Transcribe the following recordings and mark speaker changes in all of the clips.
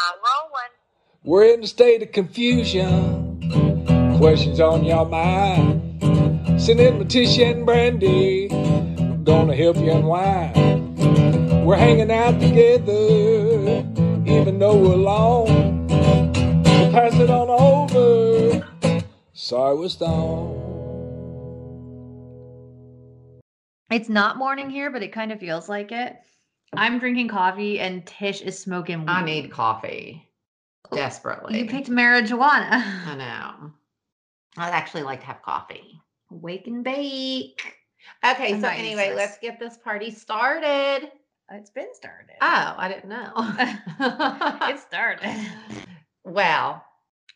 Speaker 1: I'm rolling.
Speaker 2: We're in a state of confusion. Questions on your mind. Send in Letitia and Brandy. We're gonna help you unwind. We're hanging out together, even though we're alone. So pass it on over. Sorry, we're stoned.
Speaker 3: It's not morning here, but it kind of feels like it. I'm drinking coffee and Tish is smoking weed.
Speaker 4: I need coffee desperately.
Speaker 3: you picked marijuana.
Speaker 4: I know. I'd actually like to have coffee.
Speaker 3: Wake and bake.
Speaker 4: Okay,
Speaker 3: I'm
Speaker 4: so
Speaker 3: not
Speaker 4: anyway,
Speaker 3: useless.
Speaker 4: let's get this party started.
Speaker 3: It's been started.
Speaker 4: Oh, I didn't know.
Speaker 3: it started.
Speaker 4: well,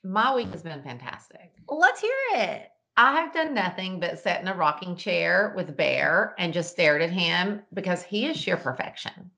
Speaker 4: my week has been fantastic.
Speaker 3: Well, Let's hear it.
Speaker 4: I have done nothing but sit in a rocking chair with Bear and just stared at him because he is sheer perfection.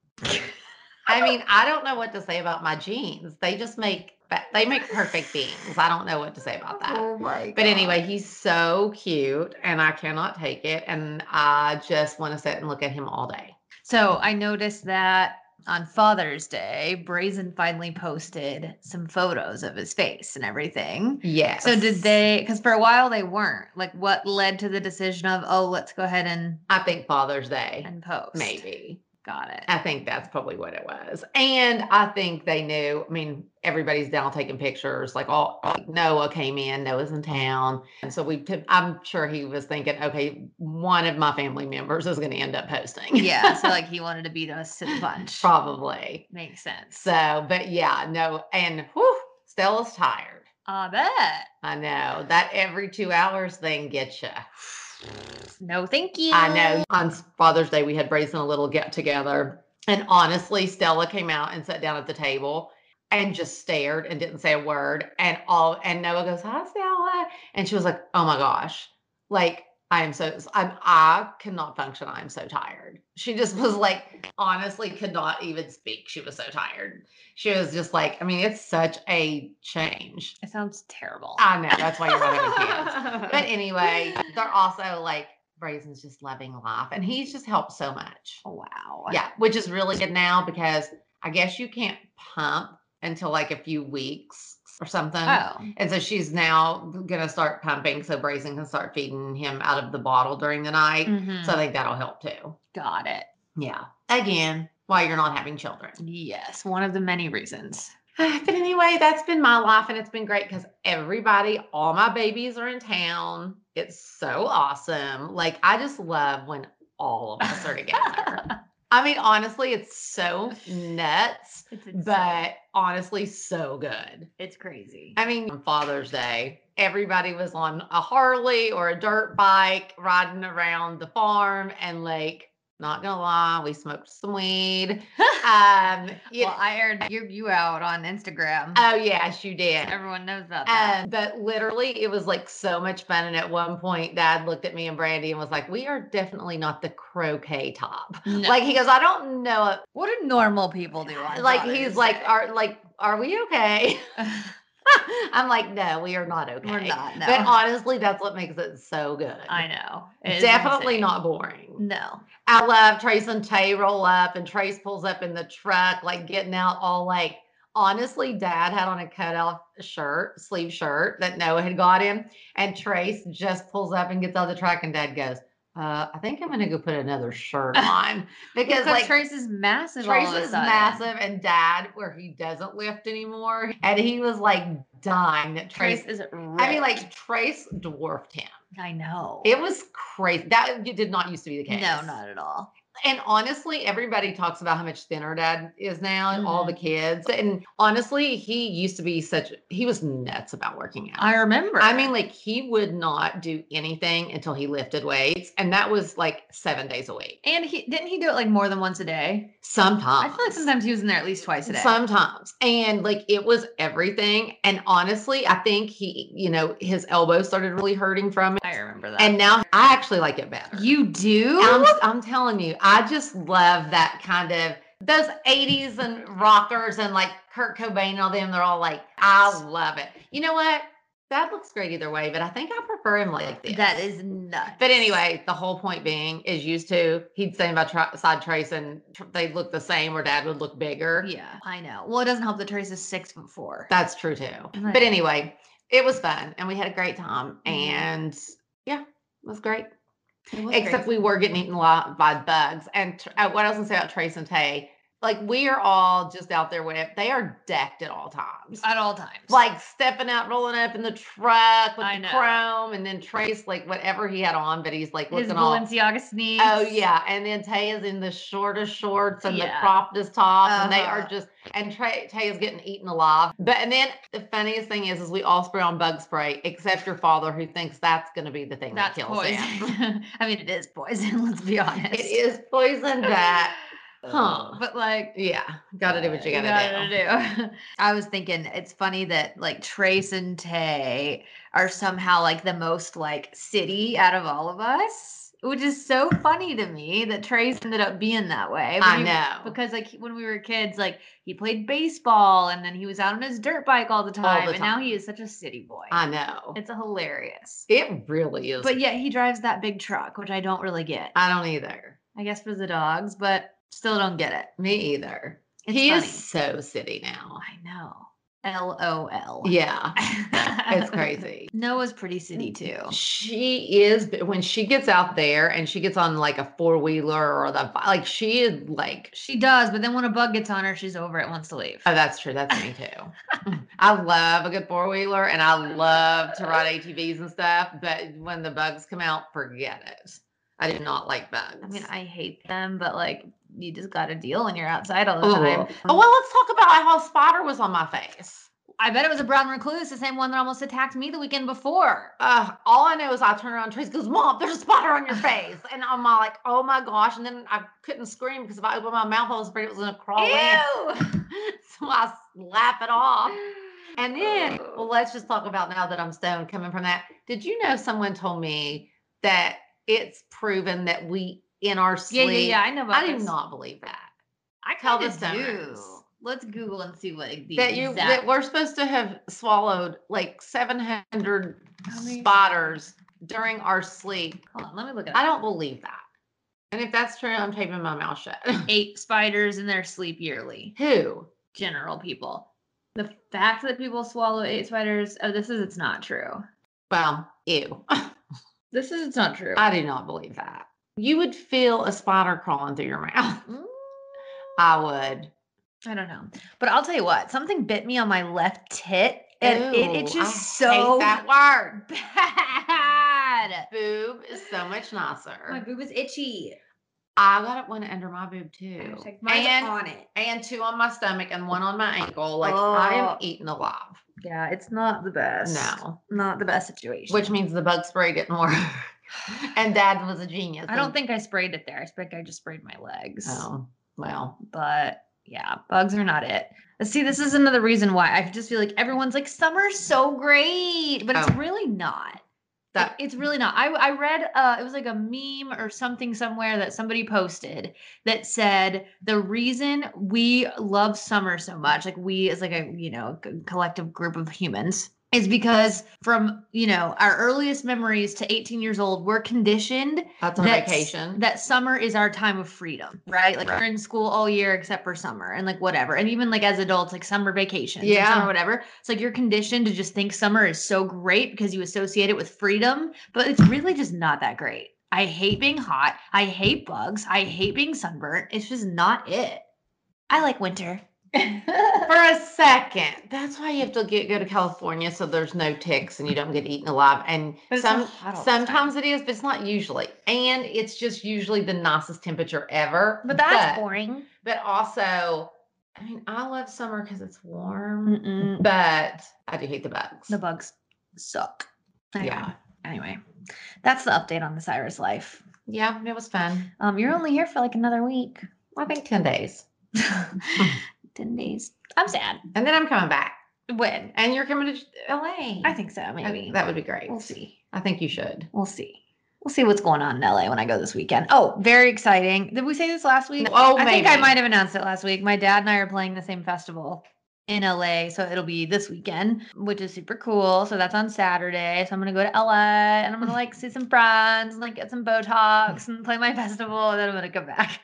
Speaker 4: I mean, I don't know what to say about my genes. They just make they make perfect beings. I don't know what to say about that.
Speaker 3: Oh my
Speaker 4: But anyway, he's so cute and I cannot take it. And I just want to sit and look at him all day.
Speaker 3: So I noticed that on Father's Day, Brazen finally posted some photos of his face and everything.
Speaker 4: Yes.
Speaker 3: So did they? Because for a while they weren't. Like, what led to the decision of, oh, let's go ahead and
Speaker 4: I think Father's Day,
Speaker 3: and post?
Speaker 4: maybe.
Speaker 3: Got it.
Speaker 4: I think that's probably what it was. And I think they knew. I mean, everybody's down taking pictures. Like all like Noah came in, Noah's in town. And so we i I'm sure he was thinking, okay, one of my family members is gonna end up posting.
Speaker 3: yeah. So like he wanted to beat us to the punch.
Speaker 4: probably.
Speaker 3: Makes sense.
Speaker 4: So, but yeah, no, and whew, Stella's tired.
Speaker 3: I bet.
Speaker 4: I know that every two hours thing gets you.
Speaker 3: No, thank you.
Speaker 4: I know. On Father's Day, we had Brazen a little get together. And honestly, Stella came out and sat down at the table and just stared and didn't say a word. And all and Noah goes, Hi, Stella. And she was like, Oh my gosh. Like, I am so I'm I cannot function. I'm so tired. She just was like, honestly, could not even speak. She was so tired. She was just like, I mean, it's such a change.
Speaker 3: It sounds terrible.
Speaker 4: I know. That's why you're not having kids. But
Speaker 3: but
Speaker 4: anyway, they're also like Brazen's just loving life, and he's just helped so much.
Speaker 3: Oh, wow.
Speaker 4: Yeah, which is really good now because I guess you can't pump until like a few weeks or something.
Speaker 3: Oh.
Speaker 4: And so she's now gonna start pumping so Brazen can start feeding him out of the bottle during the night.
Speaker 3: Mhm.
Speaker 4: So I think that'll help too.
Speaker 3: Got it.
Speaker 4: Yeah. Again, why you're not having children.
Speaker 3: Yes. One of the many reasons.
Speaker 4: But anyway, that's been my life and it's been great because everybody, all my babies are in town. It's so awesome. Like, I just love when all of us are together. I mean, honestly, it's so nuts,
Speaker 3: It's insane.
Speaker 4: but honestly, so good.
Speaker 3: it's crazy.
Speaker 4: I mean, on Father's Day, everybody was on a Harley or a dirt bike riding around the farm and, like, not gonna lie, we smoked some weed. Um, you
Speaker 3: well, I aired you, you out on Instagram.
Speaker 4: oh, yes, you did.
Speaker 3: Everyone knows about that.
Speaker 4: Um, but literally, it was like so much fun. And at one point, Dad looked at me and Brandy and was like, "We are definitely not the croquet top."
Speaker 3: No.
Speaker 4: Like he goes, "I don't know."
Speaker 3: what do normal people do? On
Speaker 4: like he's
Speaker 3: Father's
Speaker 4: like,
Speaker 3: Day?
Speaker 4: "Are like are we okay?" I'm like, "No, we are not okay."
Speaker 3: Uh-huh. we're not. No.
Speaker 4: But honestly, that's what makes it so good.
Speaker 3: I know. It is
Speaker 4: Definitely
Speaker 3: insane.
Speaker 4: not boring.
Speaker 3: No.
Speaker 4: I love Trace and Tay roll up, and Trace pulls up in the truck, like getting out all like. Honestly, Dad had on a cutoff shirt, sleeve shirt that Noah had got him, and Trace just pulls up and gets out the truck, and Dad goes, uh, "I think I'm gonna go put another shirt on because
Speaker 3: Because
Speaker 4: like Trace,
Speaker 3: Trace is massive. all of a
Speaker 4: is
Speaker 3: sudden.
Speaker 4: massive, and Dad where he doesn't lift anymore, and he was like dying that Trace.
Speaker 3: Trace is. Ripped.
Speaker 4: I mean, like Trace dwarfed him.
Speaker 3: I know.
Speaker 4: It was crazy. That did not used to be the case.
Speaker 3: No, not at all.
Speaker 4: And honestly, everybody talks about how much thinner dad is now and all the
Speaker 3: Mm-hmm.
Speaker 4: kids. And honestly, he used to be such, he was nuts about working out.
Speaker 3: I remember.
Speaker 4: I mean, like he would not do anything until he lifted weights. And that was like seven days a week.
Speaker 3: and he didn't he do it like more than once a day? I
Speaker 4: Sometimes.
Speaker 3: feel like sometimes he was in there at least twice a day.
Speaker 4: Sometimes. And like it was everything. And honestly, I think he, you know, his elbow started really hurting from it.
Speaker 3: I remember that.
Speaker 4: And now I actually like it better.
Speaker 3: you do?
Speaker 4: I'm, I'm telling you, I just love that kind of those 80s and rockers and like Kurt Cobain and all them. They're all like, I love it. You know what? That looks great either way, but I think I prefer him like this.
Speaker 3: that is nuts.
Speaker 4: But anyway, the whole point being is used to he'd say about tri- side trace and tr- they'd look the same or dad would look bigger.
Speaker 3: Yeah, I know. Well, it doesn't help that Teresa's six foot four.
Speaker 4: That's true too.
Speaker 3: Right.
Speaker 4: But anyway, it was fun and we had a great time.
Speaker 3: Mhm.
Speaker 4: And yeah, it was great. Except we were getting eaten alive by bugs. And tr- uh, what I was going to say about Trace and Tay, like we are all just out there with they are decked at all times.
Speaker 3: at all times.
Speaker 4: like stepping out, rolling up in the truck with
Speaker 3: I
Speaker 4: the
Speaker 3: know.
Speaker 4: chrome, and then Trace, like whatever he had on, but he's like
Speaker 3: his
Speaker 4: looking all
Speaker 3: Balenciaga sneaks.
Speaker 4: Oh yeah, and then Tay is in the shortest shorts and
Speaker 3: Yeah.
Speaker 4: the croppedest top, and they
Speaker 3: Uh-huh.
Speaker 4: are just and Tay Tay is getting eaten alive. But and then the funniest thing is, is we all spray on bug spray, except your father, who thinks that's going to be the thing
Speaker 3: That's
Speaker 4: that kills
Speaker 3: poison.
Speaker 4: him.
Speaker 3: I mean, it is poison. Let's be honest.
Speaker 4: It is poison, but
Speaker 3: huh?
Speaker 4: Ugh.
Speaker 3: But like,
Speaker 4: yeah, got to do what you got to do.
Speaker 3: do. I was thinking it's funny that like Trace and Tay are somehow like the most like city out of all of us, which is so funny to me that Trace ended up being that way.
Speaker 4: I
Speaker 3: When you-
Speaker 4: know.
Speaker 3: because like he- when we were kids like he played baseball and then he was out on his dirt bike all the time,
Speaker 4: the
Speaker 3: and now
Speaker 4: time.
Speaker 3: he is such a city boy
Speaker 4: I know.
Speaker 3: it's hilarious
Speaker 4: It really is.
Speaker 3: but yet he drives that big truck which i don't really get
Speaker 4: I don't either.
Speaker 3: i guess for the dogs but still don't get it
Speaker 4: Me either.
Speaker 3: it's
Speaker 4: he
Speaker 3: funny.
Speaker 4: is so city now.
Speaker 3: i know lol
Speaker 4: Yeah,
Speaker 3: it's
Speaker 4: it's crazy. Mm.
Speaker 3: noah's pretty city too
Speaker 4: She is but when she gets out there and she gets on like a four wheeler or the bi- like she is like
Speaker 3: she does but then when a bug gets on her she's over it wants to leave
Speaker 4: oh that's true that's me too. Mm-hmm. I love a good four wheeler and I love to ride ATVs and stuff, but when the bugs come out, forget it. I do not like bugs.
Speaker 3: i mean i hate them but like you just got to deal when you're outside all the
Speaker 4: oh,
Speaker 3: time
Speaker 4: oh well, let's talk about how a spider was on my face.
Speaker 3: I bet it was a brown recluse, the same one that almost attacked me the weekend before.
Speaker 4: Uh, all I know is I turn around, Trace goes, Mom, there's a spider on your face. And I'm all like, oh my gosh. And then I couldn't scream because if I opened my mouth, I was afraid it was going to crawl in. so I slap it off. And then, well, let's just talk about now that I'm stoned coming from that. Did you know someone told me that it's proven that we in our
Speaker 3: yeah,
Speaker 4: sleep?
Speaker 3: yeah, yeah. I know about
Speaker 4: I do
Speaker 3: this.
Speaker 4: not believe that.
Speaker 3: I
Speaker 4: tell
Speaker 3: kinda
Speaker 4: the stoners.
Speaker 3: do. Let's Google and see what the
Speaker 4: That you that
Speaker 3: exact-
Speaker 4: we're supposed to have swallowed like 700
Speaker 3: How many-
Speaker 4: spotters during our sleep.
Speaker 3: Hold on, let me look at
Speaker 4: I don't believe that. And if that's true, I'm taping my mouth shut.
Speaker 3: eight spiders in their sleep yearly.
Speaker 4: Who?
Speaker 3: General people. The fact that people swallow eight spiders. Oh, this is it's not true.
Speaker 4: Well, ew.
Speaker 3: This is it's not true.
Speaker 4: I do not believe that. You would feel a spider crawling through your mouth.
Speaker 3: Mm,
Speaker 4: I would.
Speaker 3: I don't know, but I'll tell you what. Something bit me on my left tit, and it, it
Speaker 4: Ew, I
Speaker 3: just so
Speaker 4: hate that word.
Speaker 3: bad.
Speaker 4: Boob is so much
Speaker 3: My
Speaker 4: nicer.
Speaker 3: boob is itchy.
Speaker 4: I got one under my boob too,
Speaker 3: Hashtag mine's
Speaker 4: and
Speaker 3: on it.
Speaker 4: and two on my stomach and one on my ankle. Like I
Speaker 3: Oh.
Speaker 4: am eating alive.
Speaker 3: Yeah, it's not the best.
Speaker 4: No,
Speaker 3: Not the best situation.
Speaker 4: which means the bug spray didn't work. and Dad was a genius.
Speaker 3: I don't
Speaker 4: and-
Speaker 3: think I sprayed it there. I think I just sprayed my legs.
Speaker 4: Oh well,
Speaker 3: But yeah, bugs are not it. See, this is another reason why I just feel like everyone's like, summer's so great, but it's
Speaker 4: Oh.
Speaker 3: really not. Like,
Speaker 4: that
Speaker 3: it's really not. I, I read uh, it was like a meme or something somewhere that somebody posted that said the reason we love summer so much, like we as like a you know c- collective group of humans, is because from you know our earliest memories to 18 years old, we're conditioned
Speaker 4: that's on
Speaker 3: that's-
Speaker 4: vacation.
Speaker 3: That summer is our time of freedom, right? Like we're in school all year except for summer and like whatever. And even like as adults, like summer vacations, yeah,
Speaker 4: Yeah.
Speaker 3: summer whatever. It's like you're conditioned to just think summer is so great because you associate it with freedom, but it's really just not that great. I hate being hot. I hate bugs. I hate being sunburnt. It's just not it. I like winter.
Speaker 4: for a second. That's why you have to get go to California so there's no ticks and you don't get eaten alive. And
Speaker 3: But it's
Speaker 4: some
Speaker 3: not hot all the time.
Speaker 4: sometimes it is, but it's not usually. And it's just usually the nicest temperature ever.
Speaker 3: But that's boring.
Speaker 4: But also, I mean, I love summer because it's warm,
Speaker 3: Mm-mm.
Speaker 4: but I do hate the bugs.
Speaker 3: Mm. The bugs suck. Anyway,
Speaker 4: yeah.
Speaker 3: Anyway, that's the update on the Cyrus life.
Speaker 4: Yeah, it was fun.
Speaker 3: Um, you're only here for like another week,
Speaker 4: I think 10 days.
Speaker 3: ten days. I'm sad.
Speaker 4: And then I'm coming back.
Speaker 3: When?
Speaker 4: And you're coming to LA.
Speaker 3: I think so.
Speaker 4: I-
Speaker 3: Maybe
Speaker 4: that would be great.
Speaker 3: We'll see.
Speaker 4: I think you should.
Speaker 3: We'll see. We'll see what's going on in LA when I go this weekend. Oh, very exciting. Did we say this last week?
Speaker 4: Oh,
Speaker 3: I think I
Speaker 4: maybe.
Speaker 3: might have announced it last week. My dad and I are playing the same festival in LA, so it'll be this weekend, which is super cool. So that's on Saturday. So I'm gonna go to LA and I'm gonna like see some friends and like get some Botox and play my festival, and then I'm gonna come back.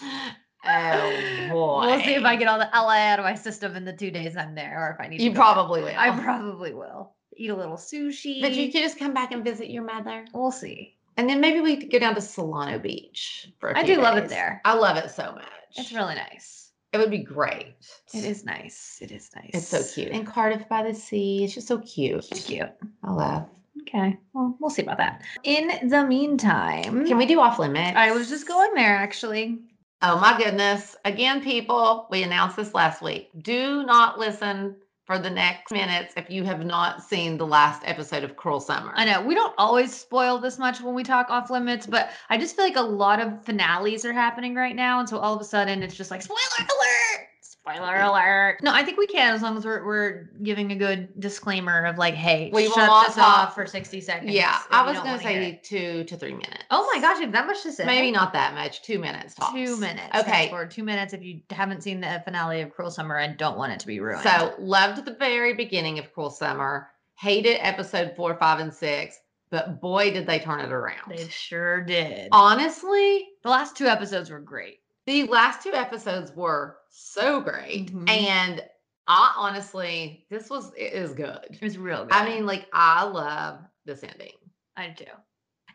Speaker 4: Oh boy.
Speaker 3: We'll see if I get all the LA out of my system in the two days I'm there, or if I need.
Speaker 4: You
Speaker 3: to go back.
Speaker 4: probably will.
Speaker 3: I probably will eat a little sushi.
Speaker 4: Oh. but you could just come back and visit your mother,
Speaker 3: we'll see.
Speaker 4: and then maybe we could go down to Solano Beach. For a
Speaker 3: I
Speaker 4: few
Speaker 3: do love it
Speaker 4: days.
Speaker 3: there.
Speaker 4: I love it so much.
Speaker 3: It's really nice.
Speaker 4: It would be great.
Speaker 3: It is nice. It is nice.
Speaker 4: It's so cute. And Cardiff by the sea. It's just so cute. Mm-hmm.
Speaker 3: It's cute.
Speaker 4: I love.
Speaker 3: Okay. Well, we'll see about that. In the meantime,
Speaker 4: Can we do off limits?
Speaker 3: I was just going there actually.
Speaker 4: Oh my goodness. Again, people, we announced this last week. Do not listen for the next minutes if you have not seen the last episode of Cruel Summer.
Speaker 3: I know we don't always spoil this much when we talk off limits, but I just feel like a lot of finales are happening right now. And so all of a sudden it's just like, spoiler alert, spoiler alert. No, I think we can as long as we're, we're giving a good disclaimer of like, hey,
Speaker 4: We will
Speaker 3: shut
Speaker 4: not
Speaker 3: this off
Speaker 4: talk-
Speaker 3: for 60 seconds.
Speaker 4: Yeah,
Speaker 3: if
Speaker 4: I
Speaker 3: you
Speaker 4: was
Speaker 3: don't
Speaker 4: going
Speaker 3: wanna
Speaker 4: to
Speaker 3: hear it."
Speaker 4: say two to three minutes.
Speaker 3: Oh my gosh, you have that much to say.
Speaker 4: Maybe not that much. Two minutes tops.
Speaker 3: Two minutes.
Speaker 4: Okay.
Speaker 3: Or two minutes if you haven't seen the finale of Cruel Summer and don't want it to be ruined.
Speaker 4: So loved the very beginning of Cruel Summer. Hated episode four, five, and six. But boy, did they turn it around.
Speaker 3: they sure did.
Speaker 4: Honestly,
Speaker 3: the last two episodes were great.
Speaker 4: the last two episodes were so great,
Speaker 3: Mhm.
Speaker 4: and I honestly, this was it is good.
Speaker 3: It was real good.
Speaker 4: I mean, like I love this ending.
Speaker 3: I do.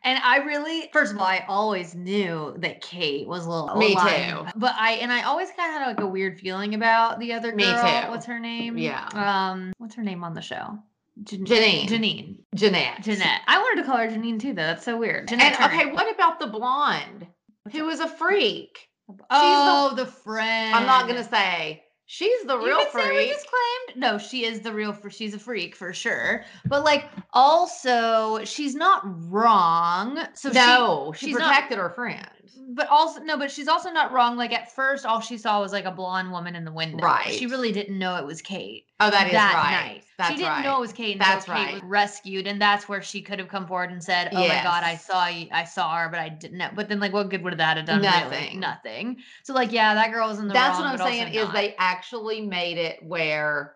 Speaker 3: And I really, first of all, I always knew that Kate was a little
Speaker 4: Me
Speaker 3: alive,
Speaker 4: too.
Speaker 3: But I and I always kind of had like a weird feeling about the other girl.
Speaker 4: Me too.
Speaker 3: What's her name?
Speaker 4: Yeah.
Speaker 3: Um, what's her name on the show? Jan-
Speaker 4: Janine.
Speaker 3: Janine.
Speaker 4: Jeanette.
Speaker 3: Jeanette. I wanted to call her Janine too, though. That's so weird.
Speaker 4: And
Speaker 3: Jeanette. Turner.
Speaker 4: okay, what about the blonde who was a freak?
Speaker 3: Oh, the, friend.
Speaker 4: I'm not gonna say she's the
Speaker 3: You
Speaker 4: real
Speaker 3: can say we
Speaker 4: freak.
Speaker 3: just claimed- No, she is the real. fr- She's a freak for sure. But like, also, she's not wrong. So she-
Speaker 4: no, she
Speaker 3: she's not-
Speaker 4: protected her friend.
Speaker 3: but also no but she's also not wrong like at first all she saw was like a blonde woman in the window
Speaker 4: Right.
Speaker 3: she really didn't know it was kate
Speaker 4: Oh, that is
Speaker 3: that
Speaker 4: right.
Speaker 3: night
Speaker 4: That's
Speaker 3: she didn't
Speaker 4: right.
Speaker 3: know it was kate until
Speaker 4: That's
Speaker 3: kate was
Speaker 4: right.
Speaker 3: rescued and that's where she could have come forward and said oh my god i
Speaker 4: Yes.
Speaker 3: saw you i saw her but i didn't know but then like what good would that have done really
Speaker 4: Nothing.
Speaker 3: nothing so like yeah that girl was in the
Speaker 4: That's
Speaker 3: wrong,
Speaker 4: what I'm
Speaker 3: but also
Speaker 4: saying is
Speaker 3: not.
Speaker 4: they actually made it where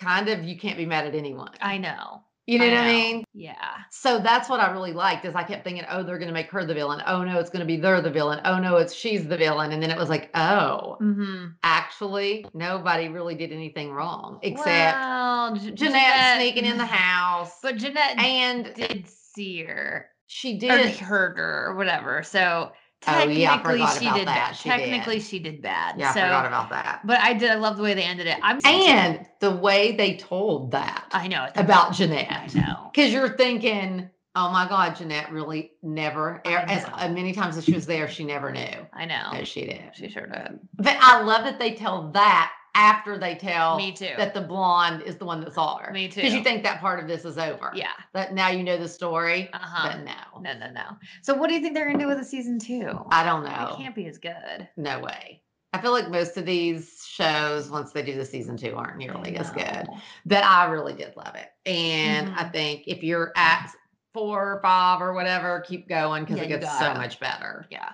Speaker 4: kind of you can't be mad at anyone.
Speaker 3: i know
Speaker 4: you know
Speaker 3: I
Speaker 4: what I
Speaker 3: know.
Speaker 4: mean?
Speaker 3: yeah
Speaker 4: So that's what I really liked is I kept thinking, oh, they're gonna make her the villain. Oh no, it's gonna be they're the villain. Oh no, it's she's the villain. And then it was like, oh,
Speaker 3: mm-hmm.
Speaker 4: actually, nobody really did anything wrong except
Speaker 3: well, J-
Speaker 4: Jeanette, sneaking in the house.
Speaker 3: but jeanette
Speaker 4: and
Speaker 3: did see her
Speaker 4: she
Speaker 3: or
Speaker 4: did.
Speaker 3: like hurt her or whatever. So
Speaker 4: Oh,
Speaker 3: technically
Speaker 4: yeah, I forgot
Speaker 3: she
Speaker 4: about
Speaker 3: did
Speaker 4: that.
Speaker 3: bad.
Speaker 4: She did.
Speaker 3: technically she did bad.
Speaker 4: Yeah,
Speaker 3: so,
Speaker 4: I forgot about that.
Speaker 3: but I did. I love the way they ended it. I'm
Speaker 4: And the way they told that
Speaker 3: I know it's
Speaker 4: about
Speaker 3: I
Speaker 4: Jeanette.
Speaker 3: know.
Speaker 4: Because you're thinking, oh my God, Jeanette really never,
Speaker 3: I
Speaker 4: er- as
Speaker 3: know.
Speaker 4: uh, many times as she was there, she never knew.
Speaker 3: I know.
Speaker 4: No, she did.
Speaker 3: She sure did.
Speaker 4: But I love that they tell that after they tell
Speaker 3: Me too.
Speaker 4: that the blonde is the one that saw her.
Speaker 3: Me
Speaker 4: Because
Speaker 3: too.
Speaker 4: you think that part of this is over.
Speaker 3: Yeah.
Speaker 4: That now you know the story.
Speaker 3: Uh huh.
Speaker 4: But no,
Speaker 3: No, no, no. So what do you think they're gonna do with the season two?
Speaker 4: I don't know.
Speaker 3: It can't be as good.
Speaker 4: No way. I feel like most of these shows, once they do the season two, aren't nearly as good.
Speaker 3: No.
Speaker 4: But I really did love it. And I
Speaker 3: Mm-hmm.
Speaker 4: think if you're at four or five or whatever, keep going because
Speaker 3: Yeah,
Speaker 4: it
Speaker 3: you
Speaker 4: gets so
Speaker 3: gotta.
Speaker 4: much better.
Speaker 3: Yeah.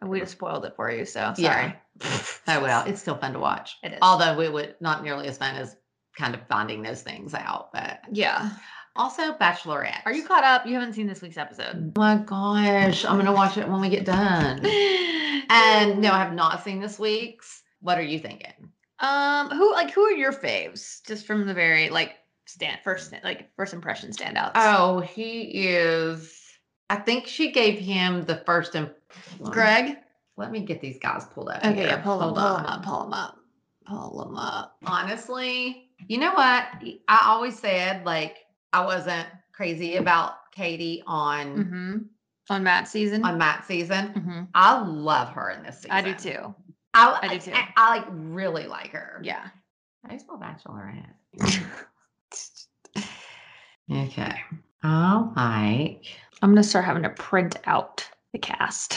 Speaker 3: And we just spoiled it for you. So sorry.
Speaker 4: Yeah. Oh well, it's still fun to watch.
Speaker 3: It is.
Speaker 4: Although it would not nearly as fun as kind of finding those things out. But
Speaker 3: Yeah.
Speaker 4: also Bachelorette.
Speaker 3: Are you caught up? You haven't seen this week's episode.
Speaker 4: Oh my gosh. I'm gonna watch it when we get done. And no, I have not seen this week's. What are you thinking?
Speaker 3: Um, who like who are your faves? Just from the very like stand first like first impression standouts.
Speaker 4: Oh, he is. I think she gave him the first and
Speaker 3: Greg.
Speaker 4: Let me get these guys pulled up.
Speaker 3: Okay,
Speaker 4: here.
Speaker 3: yeah, pull, them, pull them up, pull them up. pull them up.
Speaker 4: Honestly, you know what? I always said like I wasn't crazy about Katie on
Speaker 3: hmm On Matt season.
Speaker 4: Mm-hmm. on Matt season.
Speaker 3: Mhm.
Speaker 4: I love her in this season.
Speaker 3: I do too.
Speaker 4: I,
Speaker 3: I do too.
Speaker 4: I, I, like really like her.
Speaker 3: Yeah.
Speaker 4: I spell bachelorette. Okay. I like.
Speaker 3: I'm gonna start having to print out the cast.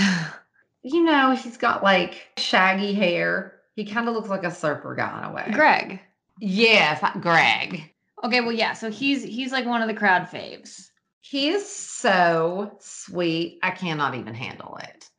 Speaker 4: You know, he's got like shaggy hair. He kind of looks like a surfer guy in a way.
Speaker 3: Greg.
Speaker 4: Yes, like Greg.
Speaker 3: Okay, well, yeah. So he's he's like one of the crowd faves.
Speaker 4: He is so sweet. I cannot even handle it.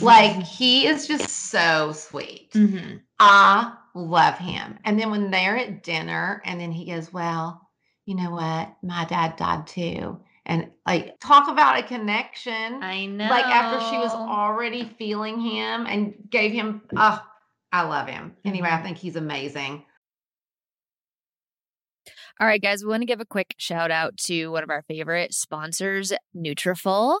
Speaker 4: Like he is just so sweet.
Speaker 3: Mhm.
Speaker 4: I love him. And then when they're at dinner, and then he goes, Well, you know what? My dad died too. And like, talk about a connection.
Speaker 3: I know.
Speaker 4: Like, after she was already feeling him and gave him, oh, I love him. Anyway, I
Speaker 3: Mhm.
Speaker 4: think he's amazing.
Speaker 5: All right, guys, we want to give a quick shout out to one of our favorite sponsors, Nutrafol.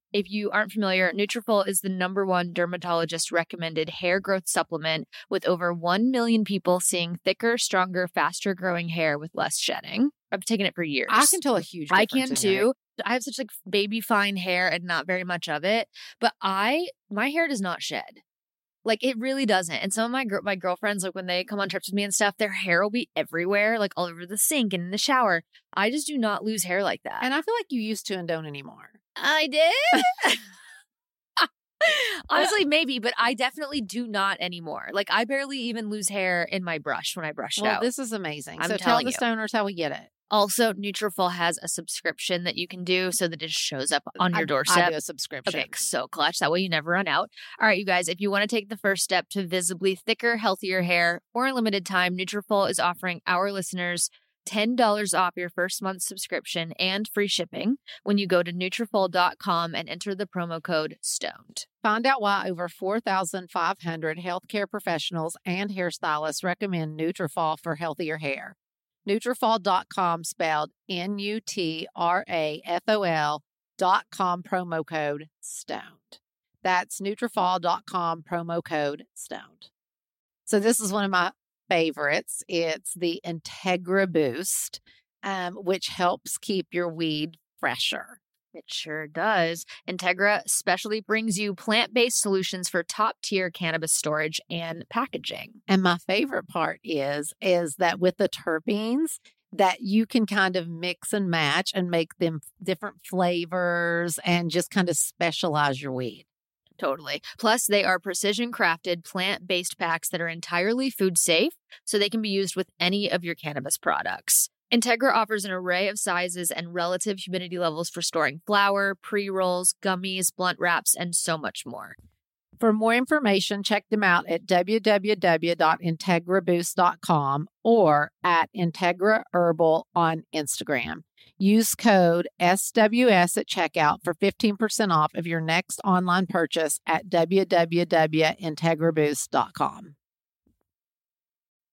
Speaker 5: If you aren't familiar, Nutrafol is the number one dermatologist recommended hair growth supplement with over 1 million people seeing thicker, stronger, faster growing hair with less shedding. I've taken it for years.
Speaker 6: I can tell a huge
Speaker 5: I
Speaker 6: difference
Speaker 5: can
Speaker 6: in hair.
Speaker 5: too. I have such like baby fine hair and not very much of it, but I my hair does not shed. Like it really doesn't. And some of my gr- my girlfriends like when they come on trips with me and stuff, their hair will be everywhere, like all over the sink and in the shower. I just do not lose hair like that.
Speaker 6: And I feel like you used to and don't anymore.
Speaker 5: I did. Uh Honestly, maybe, but I definitely do not anymore. Like I barely even lose hair in my brush when I brush it
Speaker 6: Well,
Speaker 5: out.
Speaker 6: this is amazing.
Speaker 5: I'm
Speaker 6: so tell
Speaker 5: telling
Speaker 6: the
Speaker 5: you.
Speaker 6: stoners how we get it.
Speaker 5: also, Nutrafol has a subscription that you can do so that it shows up on
Speaker 6: I-
Speaker 5: your
Speaker 6: I
Speaker 5: doorstep.
Speaker 6: do a subscription.
Speaker 5: Okay, so clutch. That way you never run out. All right, you guys, if you want to take the first step to visibly thicker, healthier hair for a limited time, Nutrafol is offering our listeners $10 off your first month subscription and free shipping when you go to Nutrafol.com and enter the promo code STONED.
Speaker 6: Find out why over 4,500 healthcare professionals and hairstylists recommend Nutrafol for healthier hair. Nutrafol.com spelled N-U-T-R-A-F-O-L dot com promo code STONED. That's Nutrafol.com promo code STONED. So this is one of my favorites. It's the Integra Boost, um, which helps keep your weed fresher.
Speaker 5: It sure does. Integra specially brings you plant based solutions for top tier cannabis storage and packaging.
Speaker 6: And my favorite part is is that with the terpenes that you can kind of mix and match and make them different flavors and just kind of specialize your weed.
Speaker 5: Totally. Plus, they are precision crafted plant based packs that are entirely food safe, so they can be used with any of your cannabis products. Integra offers an array of sizes and relative humidity levels for storing flour, pre rolls, gummies, blunt wraps, and so much more.
Speaker 6: For more information, check them out at www.integraboost.com or at Integra Herbal on Instagram. Use code SWS at checkout for 15% off of your next online purchase at www.integraboost.com.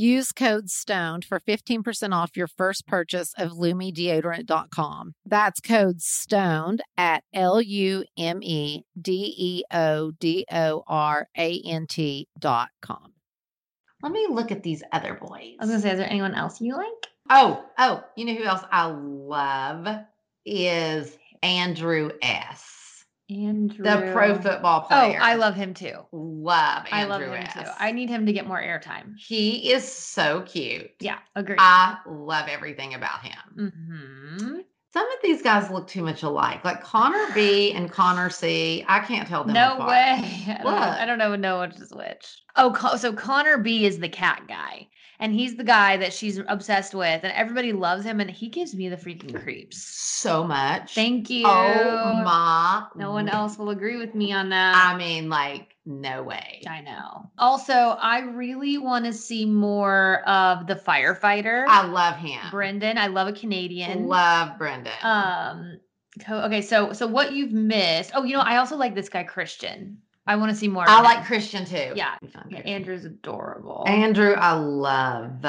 Speaker 6: Use code STONED for 15% off your first purchase of LumiDeodorant.com. That's code STONED at L U M E D E O D O R A N T.com.
Speaker 4: Let me look at these other boys.
Speaker 3: I was gonna say, is there anyone else you like?
Speaker 4: Oh, oh, you know who else I love is Andrew S.
Speaker 3: Andrew,
Speaker 4: The pro football
Speaker 3: Oh,
Speaker 4: player.
Speaker 3: I love him too.
Speaker 4: love Andrew
Speaker 3: I love him
Speaker 4: S.
Speaker 3: too. I need him to get more airtime.
Speaker 4: he is so cute.
Speaker 3: Yeah, agree.
Speaker 4: I love everything about
Speaker 3: Mm.
Speaker 4: him.
Speaker 3: hmm
Speaker 4: Some of these guys look too much alike. Like Connor B and Connor C. I can't tell them.
Speaker 3: No
Speaker 4: apart.
Speaker 3: way. I don't, know-
Speaker 4: Look.
Speaker 3: I don't know, know which is which. Oh, Co- so Connor B is the cat guy, and he's the guy that she's obsessed with, and everybody loves him, and he gives me the freaking creeps.
Speaker 4: So much.
Speaker 3: Thank you.
Speaker 4: Mm. Oh my.
Speaker 3: no one else will agree with me on that.
Speaker 4: I mean, like, no way.
Speaker 3: I know. Also, I really want to see more of the firefighter,
Speaker 4: I love him.
Speaker 3: Brendan. I love a Canadian.
Speaker 4: Love Brendan.
Speaker 3: Um. Co- okay. So so what you've missed? Oh, you know, I also like this guy Christian. I want to see more. of
Speaker 4: I
Speaker 3: him.
Speaker 4: like Christian too.
Speaker 3: Yeah.
Speaker 4: He's not
Speaker 3: Yeah,
Speaker 4: good.
Speaker 3: Andrew's adorable.
Speaker 4: Andrew, I love.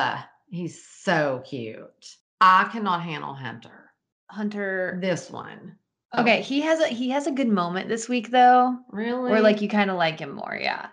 Speaker 4: He's so cute. I cannot handle Hunter. oh.
Speaker 3: Hunter.
Speaker 4: This one.
Speaker 3: Okay, he has a he has a good moment this week though,
Speaker 4: Really? Eh,
Speaker 3: where like you kind of like him more. Yeah.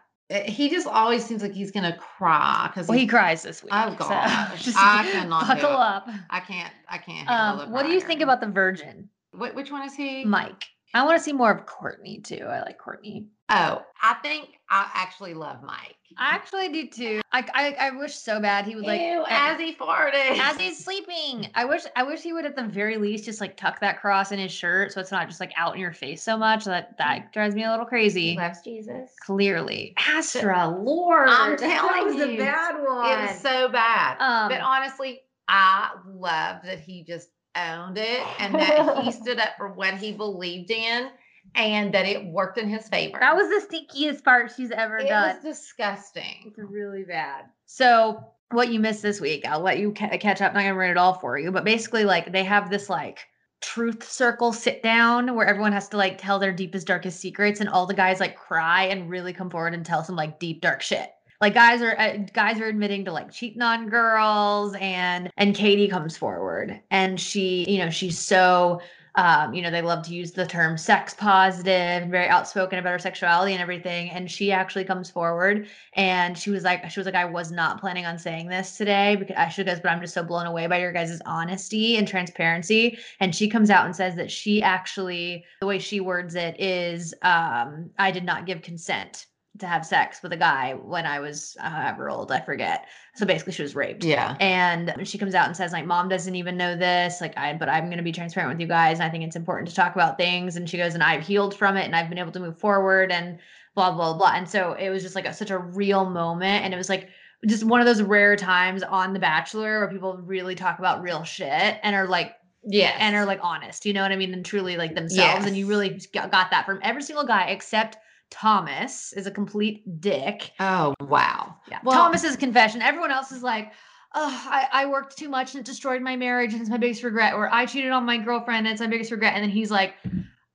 Speaker 4: he just always seems like he's gonna cry because
Speaker 3: Well, he cries this week.
Speaker 4: Oh,
Speaker 3: so
Speaker 4: gosh,
Speaker 3: just
Speaker 4: I cannot do
Speaker 3: buckle
Speaker 4: it.
Speaker 3: up.
Speaker 4: I can't. I can't. handle
Speaker 3: Um,
Speaker 4: a
Speaker 3: what do you think
Speaker 4: crier.
Speaker 3: about the Virgin,
Speaker 4: Wh- which one is he?
Speaker 3: Mike? I want to see more of Courtney too. I like Courtney.
Speaker 4: Oh, I think I actually love Mike.
Speaker 3: I actually do too. I I, I wish so bad he would like
Speaker 4: Ew,
Speaker 3: eh.
Speaker 4: as he farted.
Speaker 3: as he's sleeping. I wish I wish he would at the very least just like tuck that cross in his shirt so it's not just like out in your face so much. That
Speaker 4: Mm.
Speaker 3: that drives me a little crazy.
Speaker 4: loves Jesus.
Speaker 3: Clearly. Astra Lord.
Speaker 4: I'm
Speaker 3: that
Speaker 4: telling
Speaker 3: was the
Speaker 4: you,
Speaker 3: bad
Speaker 4: It
Speaker 3: one.
Speaker 4: was so bad.
Speaker 3: um
Speaker 4: but honestly, I love that he just owned it and that he stood up for what he believed in and that it worked in his favor.
Speaker 3: that was the stinkiest part she's ever
Speaker 4: it
Speaker 3: done.
Speaker 4: was disgusting.
Speaker 3: It's really bad. So what you missed this week, I'll let you ca- catch up. I'm not gonna ruin it all for you, but basically, like they have this like truth circle sit down where everyone has to like tell their deepest darkest secrets, and all the guys like cry and really come forward and tell some like deep dark shit. Like guys are uh, guys are admitting to like cheating on girls, and and Katie comes forward, and she you know she's so. Um, you know, they love to use the term sex positive and very outspoken about her sexuality and everything. And she actually comes forward and she was like she was like i was not planning on saying this today because i should guys but i'm just so blown away by your guys' honesty and transparency and she comes out and says that she actually the way she words it is um i did not give consent to have sex with a guy when i was uh, however old i forget so basically she was raped
Speaker 4: Yeah.
Speaker 3: and she comes out and says like mom doesn't even know this like i but i'm going to be transparent with you guys and i think it's important to talk about things and she goes and i've healed from it and i've been able to move forward and blah blah blah and so it was just like a, such a real moment and it was like just one of those rare times on the bachelor where people really talk about real shit and are like
Speaker 4: Yes.
Speaker 3: and are like honest you know what i mean and truly like themselves and you
Speaker 4: Yes.
Speaker 3: really just got got that from every single guy except thomas is a complete dick
Speaker 4: oh, wow.
Speaker 3: yeah.
Speaker 4: Well-
Speaker 3: Thomas's confession. Everyone else is like, oh, I, I worked too much and it destroyed my marriage and it's my biggest regret. Or I cheated on my girlfriend and it's my biggest regret. And then he's like,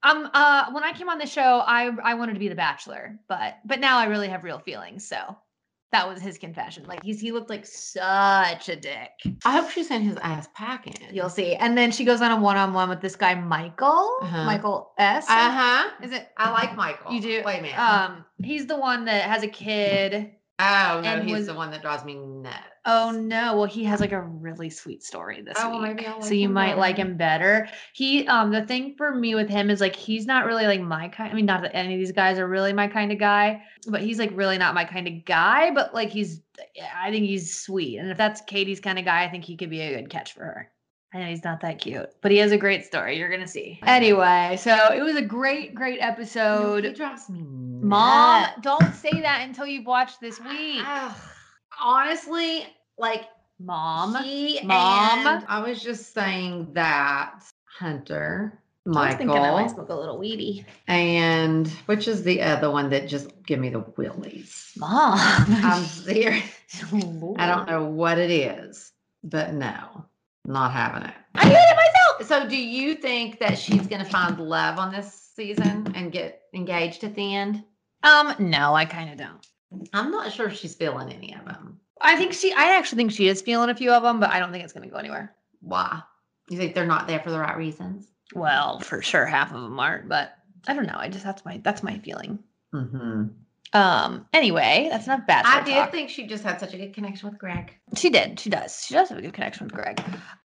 Speaker 3: um, uh, when I came on the show, I I wanted to be the bachelor, but but now I really have real feelings. So that was his confession. Like he's he looked like such a dick.
Speaker 4: I hope she's in his ass packing.
Speaker 3: You'll see. And then she goes on a one-on-one with this guy, Michael.
Speaker 4: Uh-huh.
Speaker 3: Michael S. I-
Speaker 4: Uh huh.
Speaker 3: Is it
Speaker 4: I like Michael.
Speaker 3: You do?
Speaker 4: Wait a minute.
Speaker 3: um he's the one that has a kid.
Speaker 4: oh no,
Speaker 3: and
Speaker 4: he's
Speaker 3: was-
Speaker 4: the one that drives me nuts.
Speaker 3: Oh no! Well, he has like a really sweet story this
Speaker 4: Oh, well,
Speaker 3: week,
Speaker 4: maybe I'll
Speaker 3: so
Speaker 4: like
Speaker 3: you
Speaker 4: him
Speaker 3: might like
Speaker 4: better.
Speaker 3: him better. He, um, the thing for me with him is like he's not really like my kind. I mean, not that any of these guys are really my kind of guy, but he's like really not my kind of guy. But like he's, I think he's sweet, and if that's Katie's kind of guy, I think he could be a good catch for her. I know he's not that cute, but he has a great story. You're gonna see. Anyway, so it was a great, great
Speaker 4: No, he
Speaker 3: episode.
Speaker 4: drives me nuts.
Speaker 3: Mom, don't say that until you've watched this week.
Speaker 4: Ugh. honestly, Like
Speaker 3: Mom.
Speaker 4: She
Speaker 3: Mom.
Speaker 4: and- I was just saying that Hunter,
Speaker 3: I was thinking I might
Speaker 4: Michael,
Speaker 3: smoke a little weedy.
Speaker 4: and which is the other one that just give me the willies.
Speaker 3: Mom. Um,
Speaker 4: I'm serious. I don't know what it is, but no, not having it.
Speaker 3: I did it myself.
Speaker 4: So, do you think that she's going to find love on this season and get engaged at the end?
Speaker 3: Um, no, I kind of don't.
Speaker 4: I'm not sure if she's feeling any of them.
Speaker 3: I think she. I actually think she is feeling a few of them, but I don't think it's going to go anywhere.
Speaker 4: Why? You think they're not there for the right reasons?
Speaker 3: Well, for sure, half of them aren't, but I don't know. I just that's my that's my feeling.
Speaker 4: Mm-hmm.
Speaker 3: Um. Anyway, that's not bad.
Speaker 4: I did think she just had such a good connection with Greg.
Speaker 3: She did. She does. She does have a good connection with Greg.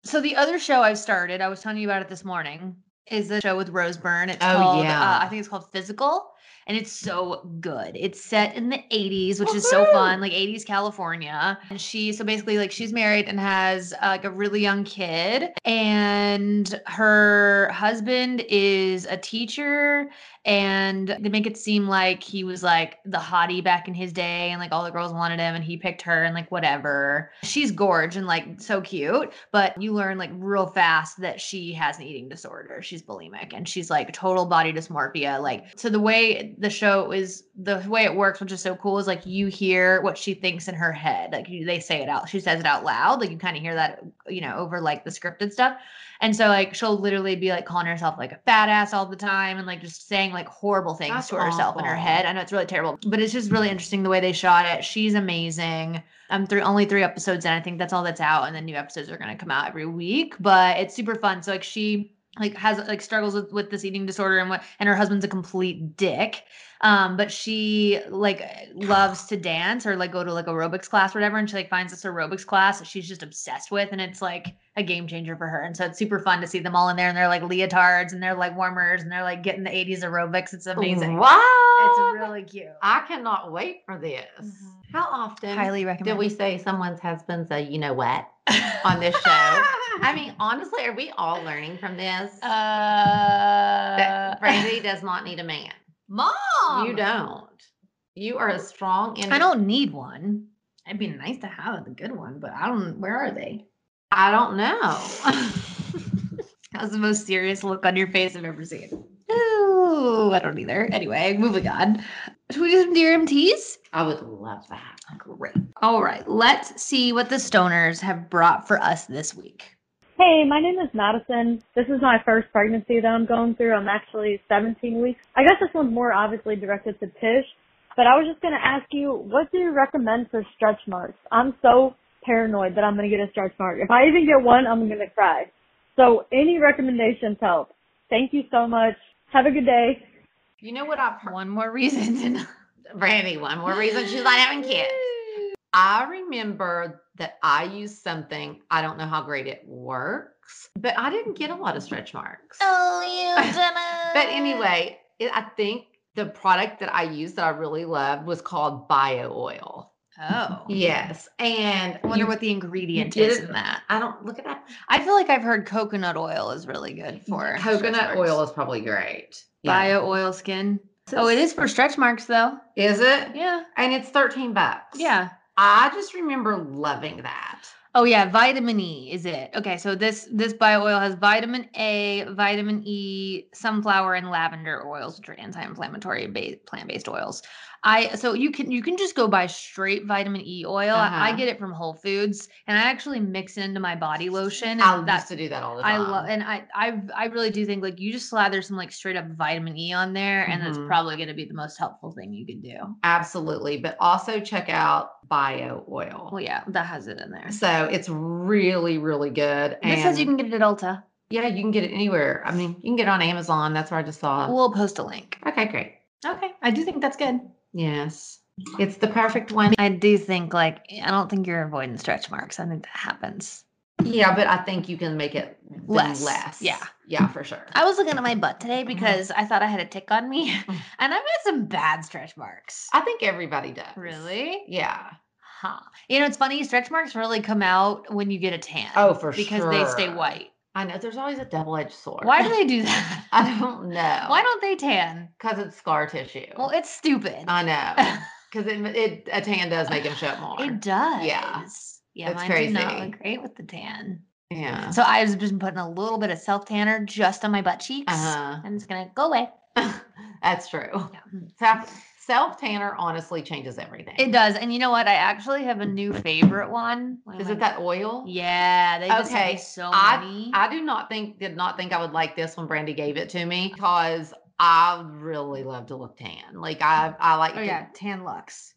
Speaker 3: So the other show I've started, I was telling you about it this morning, is the show with Rose Byrne. It's
Speaker 4: Oh,
Speaker 3: called,
Speaker 4: yeah.
Speaker 3: uh, I think it's called Physical, and it's so good. It's set in the 80s, which is so
Speaker 4: Woohoo!
Speaker 3: fun, like 80s California. And she, so basically, like she's married and has uh, like a really young kid, and her husband is a teacher and they make it seem like he was like the hottie back in his day and like all the girls wanted him and he picked her and like whatever. She's gorge and like so cute, but you learn like real fast that she has an eating disorder. She's bulimic and she's like total body dysmorphia. Like so the way the show is the way it works, which is so cool, is like you hear what she thinks in her head. Like you, they say it out. She says it out loud. Like you kind of hear that, you know, over like the scripted stuff. And so like she'll literally be like calling herself like a fat ass all the time and like just saying like horrible things
Speaker 4: That's
Speaker 3: to herself in her
Speaker 4: awful.
Speaker 3: head. I know it's really terrible, but it's just really interesting the way they shot it. She's amazing. I'm through only three episodes and I think that's all that's out. And then new episodes are gonna come out every week. But it's super fun. So like she like has like struggles with, with this eating disorder and what and her husband's a complete dick um but she like loves to dance or like go to like aerobics class or whatever and she like finds this aerobics class that she's just obsessed with and it's like a game changer for her and so it's super fun to see them all in there and they're like leotards and they're like warmers and they're like getting the 80s aerobics it's amazing
Speaker 4: Wow.
Speaker 3: it's really cute
Speaker 4: I cannot wait for this. How often
Speaker 3: Mm-hmm. highly
Speaker 4: do
Speaker 3: recommend
Speaker 4: we say someone's husband's a you know what on this show? I mean, honestly, are we all learning from this?
Speaker 3: uh
Speaker 4: that Brandy does not need a man.
Speaker 3: mom
Speaker 4: you don't. You are a strong.
Speaker 3: i don't need one it'd be nice to have a good one but i don't where are they
Speaker 4: I don't know.
Speaker 3: That was the most serious look on your face I've ever seen. Ooh, I don't either. Anyway, moving on. Should we do some dear MTs?
Speaker 4: I would love that.
Speaker 3: Great. All right, let's see what the stoners have brought for us this week.
Speaker 7: Hey, my name is Madison. This is my first pregnancy that I'm going through. I'm actually 17 weeks. I guess this one's more obviously directed to Tish, but I was just going to ask you, what do you recommend for stretch marks? I'm so paranoid that I'm going to get a stretch mark. If I even get one, I'm going to cry. So any recommendations help. Thank you so much. Have a good day.
Speaker 4: You know what I've heard?
Speaker 3: One more reason to
Speaker 4: Brandy, one more reason she's not having kids. I remember that I used something. I don't know how great it works, but I didn't get a lot of stretch marks.
Speaker 3: Oh,
Speaker 4: you But anyway, it, I think the product that I used that I really loved was called Bio Oil.
Speaker 3: Oh.
Speaker 4: Yes, and
Speaker 3: I wonder
Speaker 4: you-
Speaker 3: what the ingredient
Speaker 4: you
Speaker 3: is
Speaker 4: did-
Speaker 3: in that.
Speaker 4: I don't look at that.
Speaker 3: I feel like I've heard coconut oil is really good for
Speaker 4: Coconut
Speaker 3: stretch
Speaker 4: oil
Speaker 3: marks.
Speaker 4: is probably great. Yeah.
Speaker 3: bio oil skin. Oh, it is for stretch marks though.
Speaker 4: Is it?
Speaker 3: Yeah,
Speaker 4: And it's thirteen bucks.
Speaker 3: yeah.
Speaker 4: I just remember loving that.
Speaker 3: Oh yeah, vitamin E is it? Okay, so this this bio oil has vitamin A, vitamin E, sunflower and lavender oils, which are anti-inflammatory ba- plant-based oils. I so you can you can just go buy straight vitamin E oil. I, I
Speaker 4: Uh-huh.
Speaker 3: get it from Whole Foods, and I actually mix it into my body lotion. And
Speaker 4: I
Speaker 3: that's
Speaker 4: used to do that all the
Speaker 3: I
Speaker 4: time.
Speaker 3: love, and I I I really do think like you just slather some like straight up vitamin E on there, and that's
Speaker 4: Mhm.
Speaker 3: probably going to be the most helpful thing you can do.
Speaker 4: Absolutely. But also check out Bio Oil.
Speaker 3: Well, Oh, yeah, that has it in there.
Speaker 4: So it's really, really good.
Speaker 3: This says you
Speaker 4: and-
Speaker 3: can get it at Ulta.
Speaker 4: yeah, you can get it anywhere. I mean, you can get it on Amazon. That's where I just saw it.
Speaker 3: We'll post a link.
Speaker 4: Oh. okay, great.
Speaker 3: Okay, I do think that's good.
Speaker 4: Yes. It's the perfect one.
Speaker 3: I do think like I don't think you're avoiding stretch marks. I think that happens.
Speaker 4: Yeah, but I think you can make it be
Speaker 3: Less.
Speaker 4: less.
Speaker 3: Yeah.
Speaker 4: Yeah, for sure.
Speaker 3: I was looking at my butt
Speaker 4: Mm-hmm.
Speaker 3: today because I thought I had a tick on me, and I've had some bad stretch marks.
Speaker 4: Mm. I think everybody does.
Speaker 3: Really?
Speaker 4: Yeah.
Speaker 3: Huh. You know, it's funny. Stretch marks really come out when you get a tan.
Speaker 4: Oh, for
Speaker 3: because
Speaker 4: sure.
Speaker 3: they stay white.
Speaker 4: I know there's always a double edged sword.
Speaker 3: Why do they do that?
Speaker 4: I don't know.
Speaker 3: Why don't they tan?
Speaker 4: Because it's scar tissue.
Speaker 3: Well, it's stupid.
Speaker 4: I know. Because it, it a tan does make him show up more.
Speaker 3: it does. Yeah,
Speaker 4: That's
Speaker 3: mine did not
Speaker 4: crazy.
Speaker 3: look great with the tan.
Speaker 4: Yeah.
Speaker 3: So I've just been putting a little bit of self tanner just on my butt cheeks.
Speaker 4: Uh-huh.
Speaker 3: And it's gonna go away.
Speaker 4: That's true.
Speaker 3: Yeah.
Speaker 4: Self tanner honestly changes everything.
Speaker 3: It does. And you know what? I actually have a new favorite one. Why am
Speaker 4: Is
Speaker 3: I-
Speaker 4: it that oil?
Speaker 3: Yeah, they just okay.
Speaker 4: Okay,
Speaker 3: so
Speaker 4: I-
Speaker 3: many.
Speaker 4: I do not think did not think I would like this when Brandy gave it to me because I really love to look tan. Like I I like
Speaker 3: oh
Speaker 4: to- Uh,
Speaker 3: yeah, tan lux.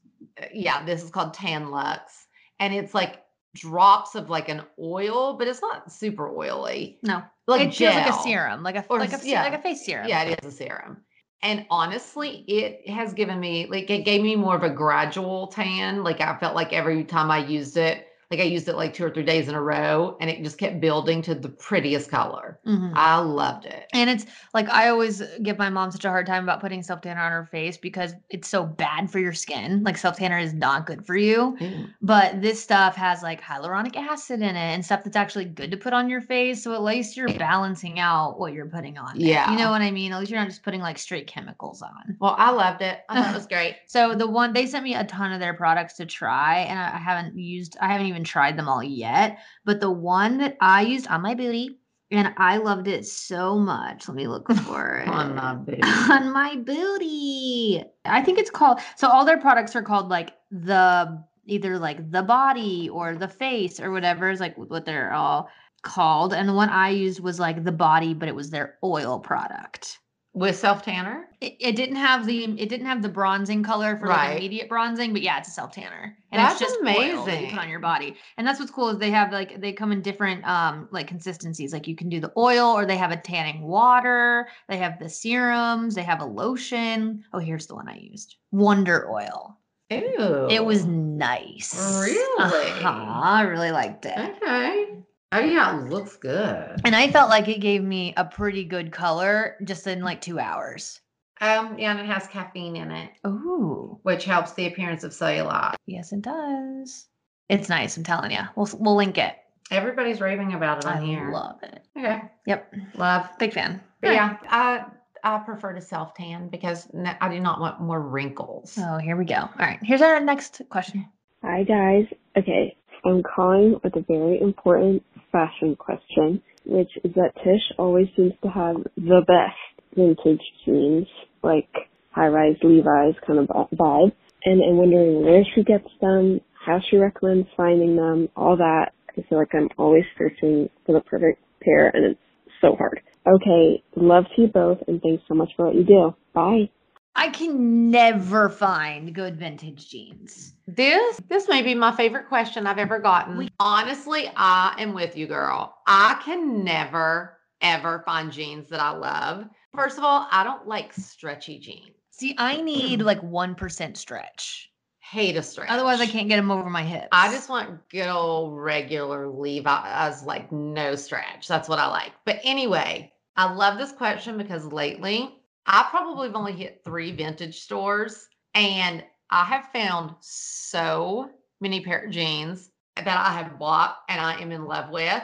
Speaker 4: yeah, this is called Tan Lux. And it's like drops of like an oil, but it's not super oily.
Speaker 3: No,
Speaker 4: Like
Speaker 3: it feels like a
Speaker 4: gel.
Speaker 3: serum, like a
Speaker 4: Or
Speaker 3: like a
Speaker 4: s-
Speaker 3: se- like
Speaker 4: yeah.
Speaker 3: a face serum.
Speaker 4: Yeah, it is a serum. And honestly, it has given me like it gave me more of a gradual tan. Like I felt like every time I used it, like I used it like two or three days in a row, and it just kept building to the prettiest color.
Speaker 3: Mhm.
Speaker 4: I loved it.
Speaker 3: And it's like I always give my mom such a hard time about putting self tanner on her face because it's so bad for your skin. Like self tanner is not good for you.
Speaker 4: Mm.
Speaker 3: But this stuff has like hyaluronic acid in it and stuff that's actually good to put on your face. So at least you're balancing out what you're putting on. there.
Speaker 4: Yeah.
Speaker 3: You know what I mean? At least you're not just putting like straight chemicals on.
Speaker 4: Well, I loved it. I thought it was great.
Speaker 3: So the one they sent me a ton of their products to try, and I I haven't used, I haven't even tried them all yet. But the one that I used on my booty, and I loved it so much. Let me look for it
Speaker 4: On my booty.
Speaker 3: on my booty. I think it's called. So all their products are called like the either like the body or the face or whatever is like what they're all called. And the one I used was like the body, but it was their oil product
Speaker 4: With self tanner.
Speaker 3: it, it didn't have the it didn't have the bronzing color for
Speaker 4: Right.
Speaker 3: like immediate bronzing, but yeah, it's a self tanner. And
Speaker 4: That's
Speaker 3: it's just oil that you
Speaker 4: amazing.
Speaker 3: put on your body. And that's what's cool is they have like they come in different um like consistencies. Like you can do the oil or they have a tanning water, they have the serums, they have a lotion. Oh, here's the one I used. Wonder oil.
Speaker 4: Ew.
Speaker 3: It was nice.
Speaker 4: Oh. Really?
Speaker 3: Uh-huh, I really liked it.
Speaker 4: Okay. Oh yeah, it looks good.
Speaker 3: And I felt like it gave me a pretty good color just in like two hours.
Speaker 4: Um, yeah, and it has caffeine in it,
Speaker 3: Ooh.
Speaker 4: which helps the appearance of cellulite.
Speaker 3: Yes, it does. It's nice. I'm telling you. We'll we'll link it.
Speaker 4: Everybody's raving about it on
Speaker 3: I
Speaker 4: here.
Speaker 3: love it.
Speaker 4: okay.
Speaker 3: Yep.
Speaker 4: Love.
Speaker 3: Big fan.
Speaker 4: But yeah, I I prefer to self tan because n- I do not want more wrinkles.
Speaker 3: Oh, here we go. All right. Here's our next question.
Speaker 8: Hi guys. Okay, I'm calling with a very important fashion question, which is that Tish always seems to have the best vintage jeans, like high-rise Levi's kind of vi- vibe. And I'm wondering where she gets them, how she recommends finding them, all that. I feel like I'm always searching for the perfect pair, and it's so hard. Okay, love to you both, and thanks so much for what you do. Bye.
Speaker 3: I can never find good vintage jeans.
Speaker 4: This this may be my favorite question I've ever gotten. Honestly, I am with you, girl. I can never ever find jeans that I love. First of all, I don't like stretchy jeans.
Speaker 3: See, I need like one percent stretch.
Speaker 4: Hate a stretch.
Speaker 3: Otherwise, I can't get them over my hips.
Speaker 4: I just want good old regular Levi's, like no stretch. That's what I like. But anyway, I love this question because lately I probably have only hit three vintage stores and I have found so many pair of jeans that I have bought and I am in love with.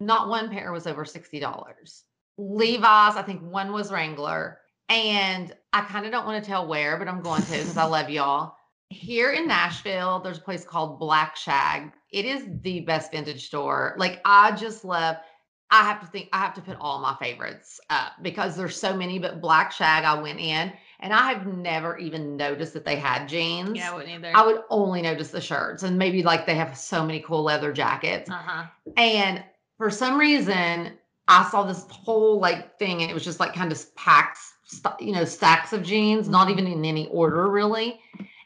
Speaker 4: Not one pair was over $60. Levi's, I think one was Wrangler. And I kind of don't want to tell where, but I'm going to because I love y'all here in Nashville, there's a place called Black Shag. It is the best vintage store. Like I just love. I have to think. I have to put all my favorites up because there's so many. But Black Shag, I went in and I have never even noticed that they had jeans.
Speaker 3: yeah, I wouldn't either.
Speaker 4: I would only notice the shirts and maybe like they have so many cool leather jackets.
Speaker 3: uh-huh.
Speaker 4: And for some reason, I saw this whole like thing, and it was just like kind of packs, st- you know, stacks of jeans, not even in any order really.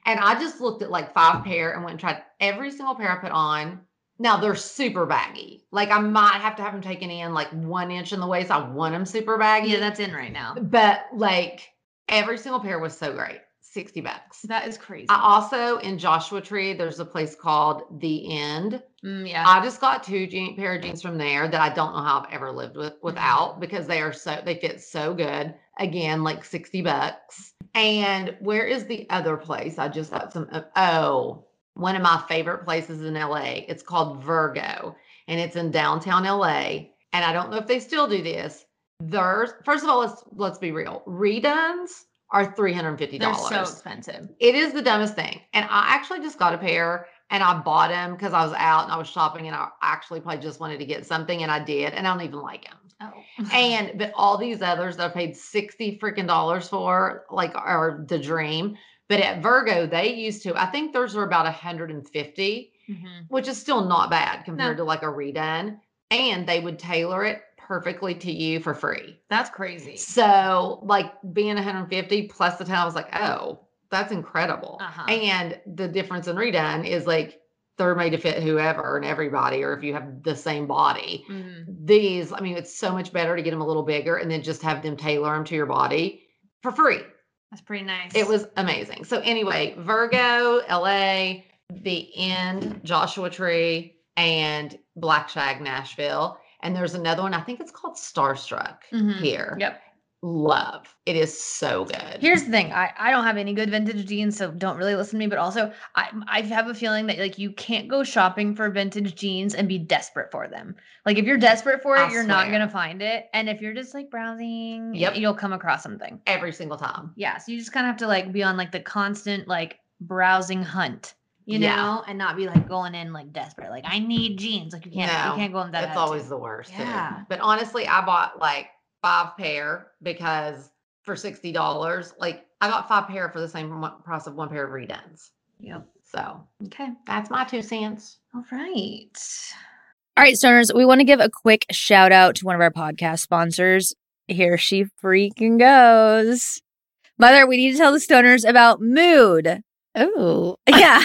Speaker 4: And I just looked at like five pair and went and tried every single pair I put on. Now they're super baggy. Like I might have to have them taken in like one inch in the waist. I want them super baggy.
Speaker 3: Yeah, that's in right now.
Speaker 4: but like every single pair was so great. 60 bucks.
Speaker 3: That is crazy.
Speaker 4: I also in Joshua Tree, there's a place called The End.
Speaker 3: Mm, yeah.
Speaker 4: I just got two jean, pair of jeans from there that I don't know how I've ever lived with
Speaker 3: Mm-hmm.
Speaker 4: without because they are so they fit so good. Again, like sixty bucks. And where is the other place? I just got some. Oh, one of my favorite places in LA. It's called Virgo, and it's in downtown LA. And I don't know if they still do this. There's first of all, let's let's be real. Reduns are three hundred fifty
Speaker 3: They're
Speaker 4: dollars.
Speaker 3: so expensive.
Speaker 4: It is the dumbest thing. And I actually just got a pair and I bought them because I was out and I was shopping and I actually probably just wanted to get something and I did and I don't even like them.
Speaker 3: Oh.
Speaker 4: And but all these others that I paid sixty freaking dollars for, like are the dream. But at Virgo, they used to. I think theirs were about one hundred and fifty,
Speaker 3: Mhm.
Speaker 4: which is still not bad compared to like a redone. And they would tailor it perfectly to you for free.
Speaker 3: That's crazy.
Speaker 4: So, like being 150 plus the time, I was like, oh, that's incredible.
Speaker 3: Uh-huh.
Speaker 4: And the difference in redone is like they're made to fit whoever and everybody, or if you have the same body.
Speaker 3: Mhm.
Speaker 4: These, I mean, it's so much better to get them a little bigger and then just have them tailor them to your body for free.
Speaker 3: That's pretty nice.
Speaker 4: It was amazing. So, anyway, Virgo, LA, the end, Joshua Tree, and Black Shag, Nashville. And there's another one, I think it's called Starstruck
Speaker 3: Mhm.
Speaker 4: here
Speaker 3: Yep.
Speaker 4: love. It is so good.
Speaker 3: Here's the thing. I, I don't have any good vintage jeans, so don't really listen to me. But also, I I have a feeling that like you can't go shopping for vintage jeans and be desperate for them. Like if you're desperate for it,
Speaker 4: I
Speaker 3: you're not
Speaker 4: swear.
Speaker 3: gonna find it. And if you're just like browsing,
Speaker 4: Yep.
Speaker 3: you'll come across something.
Speaker 4: every single time.
Speaker 3: Yeah. So you just kind of have to like be on like the constant like browsing hunt, you know,
Speaker 4: Yeah.
Speaker 3: and not be like going in like desperate. Like I need jeans. Like you can't
Speaker 4: No,
Speaker 3: you can't go in that.
Speaker 4: That's
Speaker 3: attitude.
Speaker 4: always the worst. too.
Speaker 3: Yeah.
Speaker 4: But honestly, I bought like five pair because for sixty dollars, like I got five pair for the same one- price of one pair of redones.
Speaker 3: Yep.
Speaker 4: So
Speaker 3: Okay.
Speaker 4: that's my two cents.
Speaker 3: All right.
Speaker 5: All right, stoners, we want to give a quick shout out to one of our podcast sponsors. Here she freaking goes. Mother, we need to tell the stoners about mood.
Speaker 6: Oh,
Speaker 5: Yeah.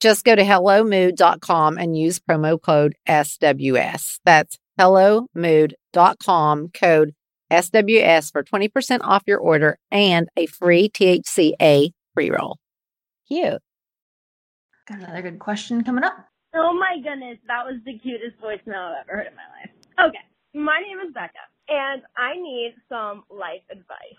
Speaker 6: Just go to hellomood.com and use promo code SWS. That's hellomood.com code SWS for 20% off your order and a free THCA pre roll.
Speaker 5: Cute.
Speaker 3: Got another good question coming up.
Speaker 1: Oh my goodness, that was the cutest voicemail I've ever heard in my life. Okay, my name is Becca, and I need some life advice.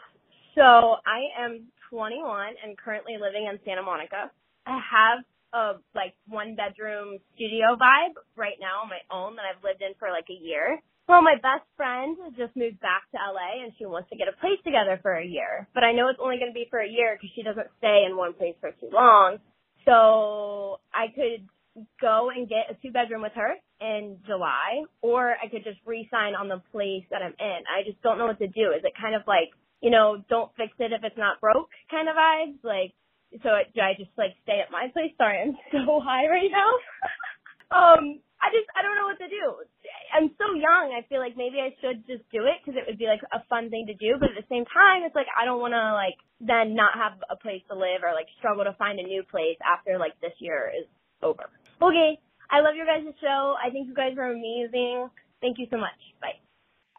Speaker 1: So I am 21 and currently living in Santa Monica. I have a like one bedroom studio vibe right now, my own that I've lived in for like a year. Well, my best friend just moved back to LA and she wants to get a place together for a year. But I know it's only going to be for a year because she doesn't stay in one place for too long. So I could go and get a two bedroom with her in July, or I could just re sign on the place that I'm in. I just don't know what to do. Is it kind of like, you know, don't fix it if it's not broke kind of vibes? Like, so it, do I just like stay at my place? Sorry, I'm so high right now. um, I just, I don't know what to do. I'm so young. I feel like maybe I should just do it because it would be like a fun thing to do. But at the same time, it's like I don't want to like then not have a place to live or like struggle to find a new place after like this year is over. Okay. I love your guys' show. I think you guys are amazing. Thank you so much. Bye.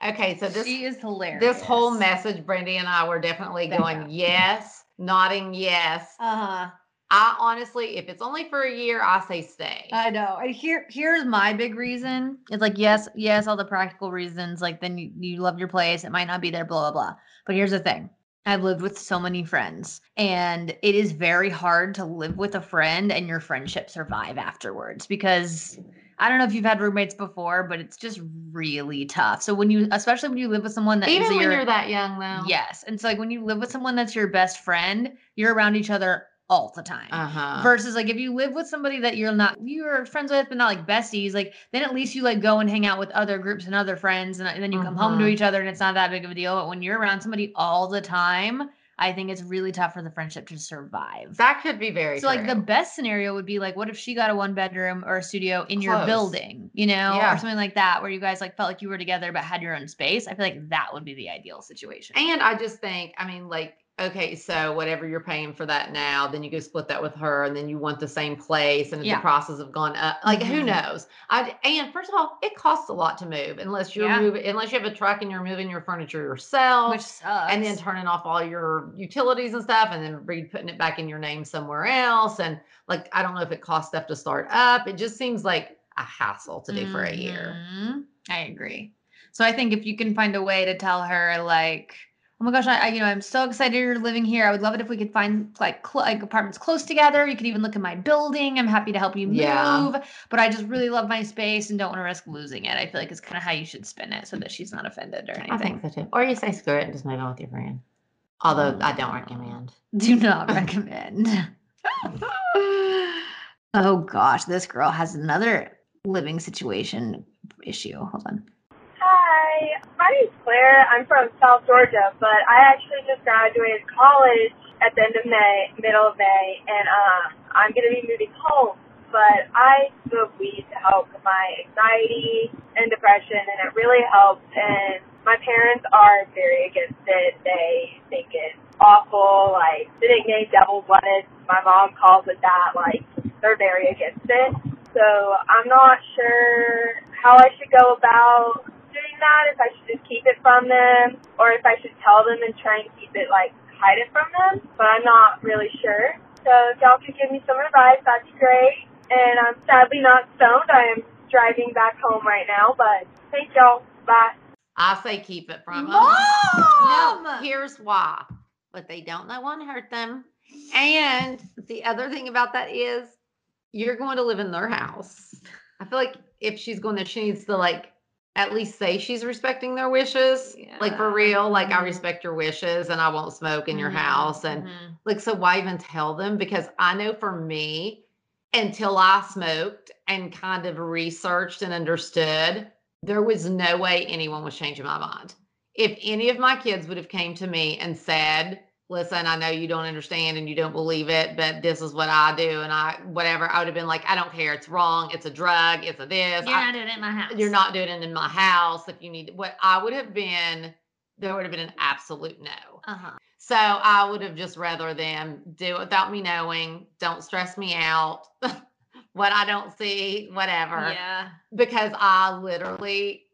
Speaker 4: Okay, so this
Speaker 3: she is hilarious.
Speaker 4: this whole message, Brandy and I were definitely
Speaker 3: Becca.
Speaker 4: going yes, nodding yes.
Speaker 3: Uh huh.
Speaker 4: I honestly, if it's only for a year, I say stay.
Speaker 3: I know. And here here's my big reason. It's like yes, yes, all the practical reasons. Like then you, you love your place. It might not be there, blah, blah, blah. But here's the thing. I've lived with so many friends, and it is very hard to live with a friend and your friendship survive afterwards because I don't know if you've had roommates before, but it's just really tough. So when you, especially when you live with someone that is
Speaker 4: Even when
Speaker 3: your,
Speaker 4: you're that young, though.
Speaker 3: yes, and so like when you live with someone that's your best friend, you're around each other all the time.
Speaker 4: Uh huh.
Speaker 3: Versus like if you live with somebody that you're not you're friends with but not like besties, like then at least you like go and hang out with other groups and other friends and, and then you come home to
Speaker 4: Mhm.
Speaker 3: each other and it's not that big of a deal. But when you're around somebody all the time, I think it's really tough for the friendship to survive.
Speaker 4: that could be very
Speaker 3: so like the
Speaker 4: true.
Speaker 3: best scenario would be like what if she got a one bedroom or a studio in your
Speaker 4: Close.
Speaker 3: building, you know,
Speaker 4: Yeah.
Speaker 3: or something like that where you guys like felt like you were together but had your own space. I feel like that would be the ideal situation.
Speaker 4: And I just think, I mean, like, okay, so whatever you're paying for that now, then you go split that with her, and then you want the same place, and if
Speaker 3: Yeah.
Speaker 4: the prices have gone up. Like, who
Speaker 3: Mhm.
Speaker 4: knows? I and first of all, it costs a lot to move unless you're
Speaker 3: Yeah.
Speaker 4: moving, unless you have a truck and you're moving your furniture yourself,
Speaker 3: Which sucks.
Speaker 4: and then turning off all your utilities and stuff, and then re putting it back in your name somewhere else. And like, I don't know if it costs stuff to start up. It just seems like a hassle to do for a year.
Speaker 3: Mhm. I agree. So I think if you can find a way to tell her like, oh my gosh, I, I you know I'm so excited you're living here. I would love it if we could find like cl- like apartments close together. You could even look at my building. I'm happy to help you move.
Speaker 4: Yeah.
Speaker 3: But I just really love my space and don't want to risk losing it. I feel like it's kind of how you should spin it so that she's not offended or
Speaker 4: I
Speaker 3: anything.
Speaker 4: think so too. Or you say screw it and just move on with your friend. Although
Speaker 3: Oh,
Speaker 4: I don't recommend.
Speaker 3: Do not recommend. oh gosh, this girl has another living situation issue. Hold on.
Speaker 1: Hi, my name's Claire. I'm from South Georgia, but I actually just graduated college at the end of May, middle of May, and uh, I'm going to be moving home. But I smoke weed to help with my anxiety and depression, and it really helps. And my parents are very against it. They think it's awful. Like the nickname "Devil Lettuce," my mom calls it that. Like they're very against it. So I'm not sure how I should go about doing that, if I should just keep it from them, or if I should tell them and try and keep it, like, hide it from them, but I'm not really sure. So if y'all could give me some advice, that'd be great. And I'm sadly not stoned. I am driving back home right now, but thank y'all. Bye.
Speaker 4: I say keep it from 'em. No,
Speaker 3: Mom!
Speaker 4: here's why. But they don't let one hurt them. And the other thing about that is you're going to live in their house. I feel like if she's going there, she needs to like at least say she's respecting their wishes. Like for
Speaker 3: Yeah.
Speaker 4: real, like I
Speaker 3: Mhm.
Speaker 4: respect your wishes and I won't smoke in your
Speaker 3: Mhm,
Speaker 4: house. And
Speaker 3: mhm.
Speaker 4: like so why even tell them because i know for me until i smoked and kind of researched and understood there was no way anyone was changing my mind if any of my kids would have came to me and said listen i know you don't understand and you don't believe it but this is what i do and i whatever i would have been like i don't care it's wrong it's a drug it's a this
Speaker 3: You're
Speaker 4: I-
Speaker 3: not doing it in my house.
Speaker 4: you're not doing it in my house if you need what i would have been there would have been an absolute no
Speaker 3: Uh huh.
Speaker 4: so I would have just rather them do it without me knowing. Don't stress me out. what I don't see, whatever.
Speaker 3: Yeah.
Speaker 4: Because I literally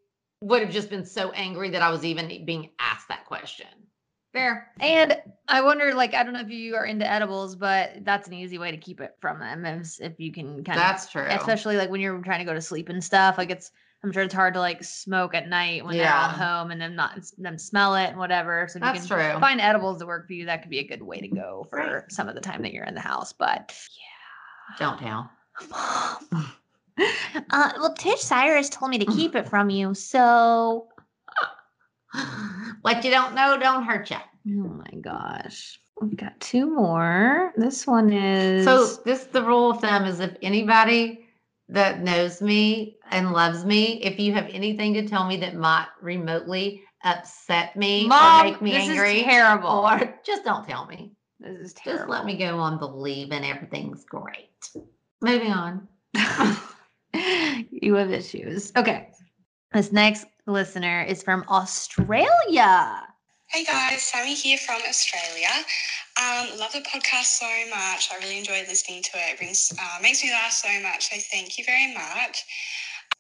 Speaker 4: would have just been so angry that I was even e, being asked that question.
Speaker 3: Fair. And I wonder, like, I don't know if you are into edibles, but that's an easy way to keep it from them is if you can kind
Speaker 4: That's true.
Speaker 3: of, especially like when you're trying to go to sleep and stuff. Like, it's, I'm sure it's hard to like smoke at night when
Speaker 4: Yeah.
Speaker 3: they're all home and them not them smell it and whatever. So if
Speaker 4: That's
Speaker 3: you can
Speaker 4: true.
Speaker 3: find edibles that work for you, that could be a good way to go for
Speaker 4: Right.
Speaker 3: some of the time that you're in the house. But
Speaker 4: Don't tell.
Speaker 3: Mom. Uh, well, Tish Cyrus told me to keep it from you, so.
Speaker 4: what you don't know don't hurt you.
Speaker 3: Oh my gosh. We've got two more. This one is.
Speaker 4: So this the rule of thumb is if anybody that knows me and loves me, if you have anything to tell me that might remotely upset me
Speaker 3: Mom,
Speaker 4: or make me
Speaker 3: this
Speaker 4: angry,
Speaker 3: is terrible.
Speaker 4: or just don't tell me.
Speaker 3: this is terrible.
Speaker 4: Just let me go on believing everything's great. Moving on.
Speaker 3: you have issues. Okay. This next listener is from Australia.
Speaker 9: Hey guys, Sammy here from Australia. Um, love the podcast so much. I really enjoy listening to it. It brings, uh, makes me laugh so much. So thank you very much.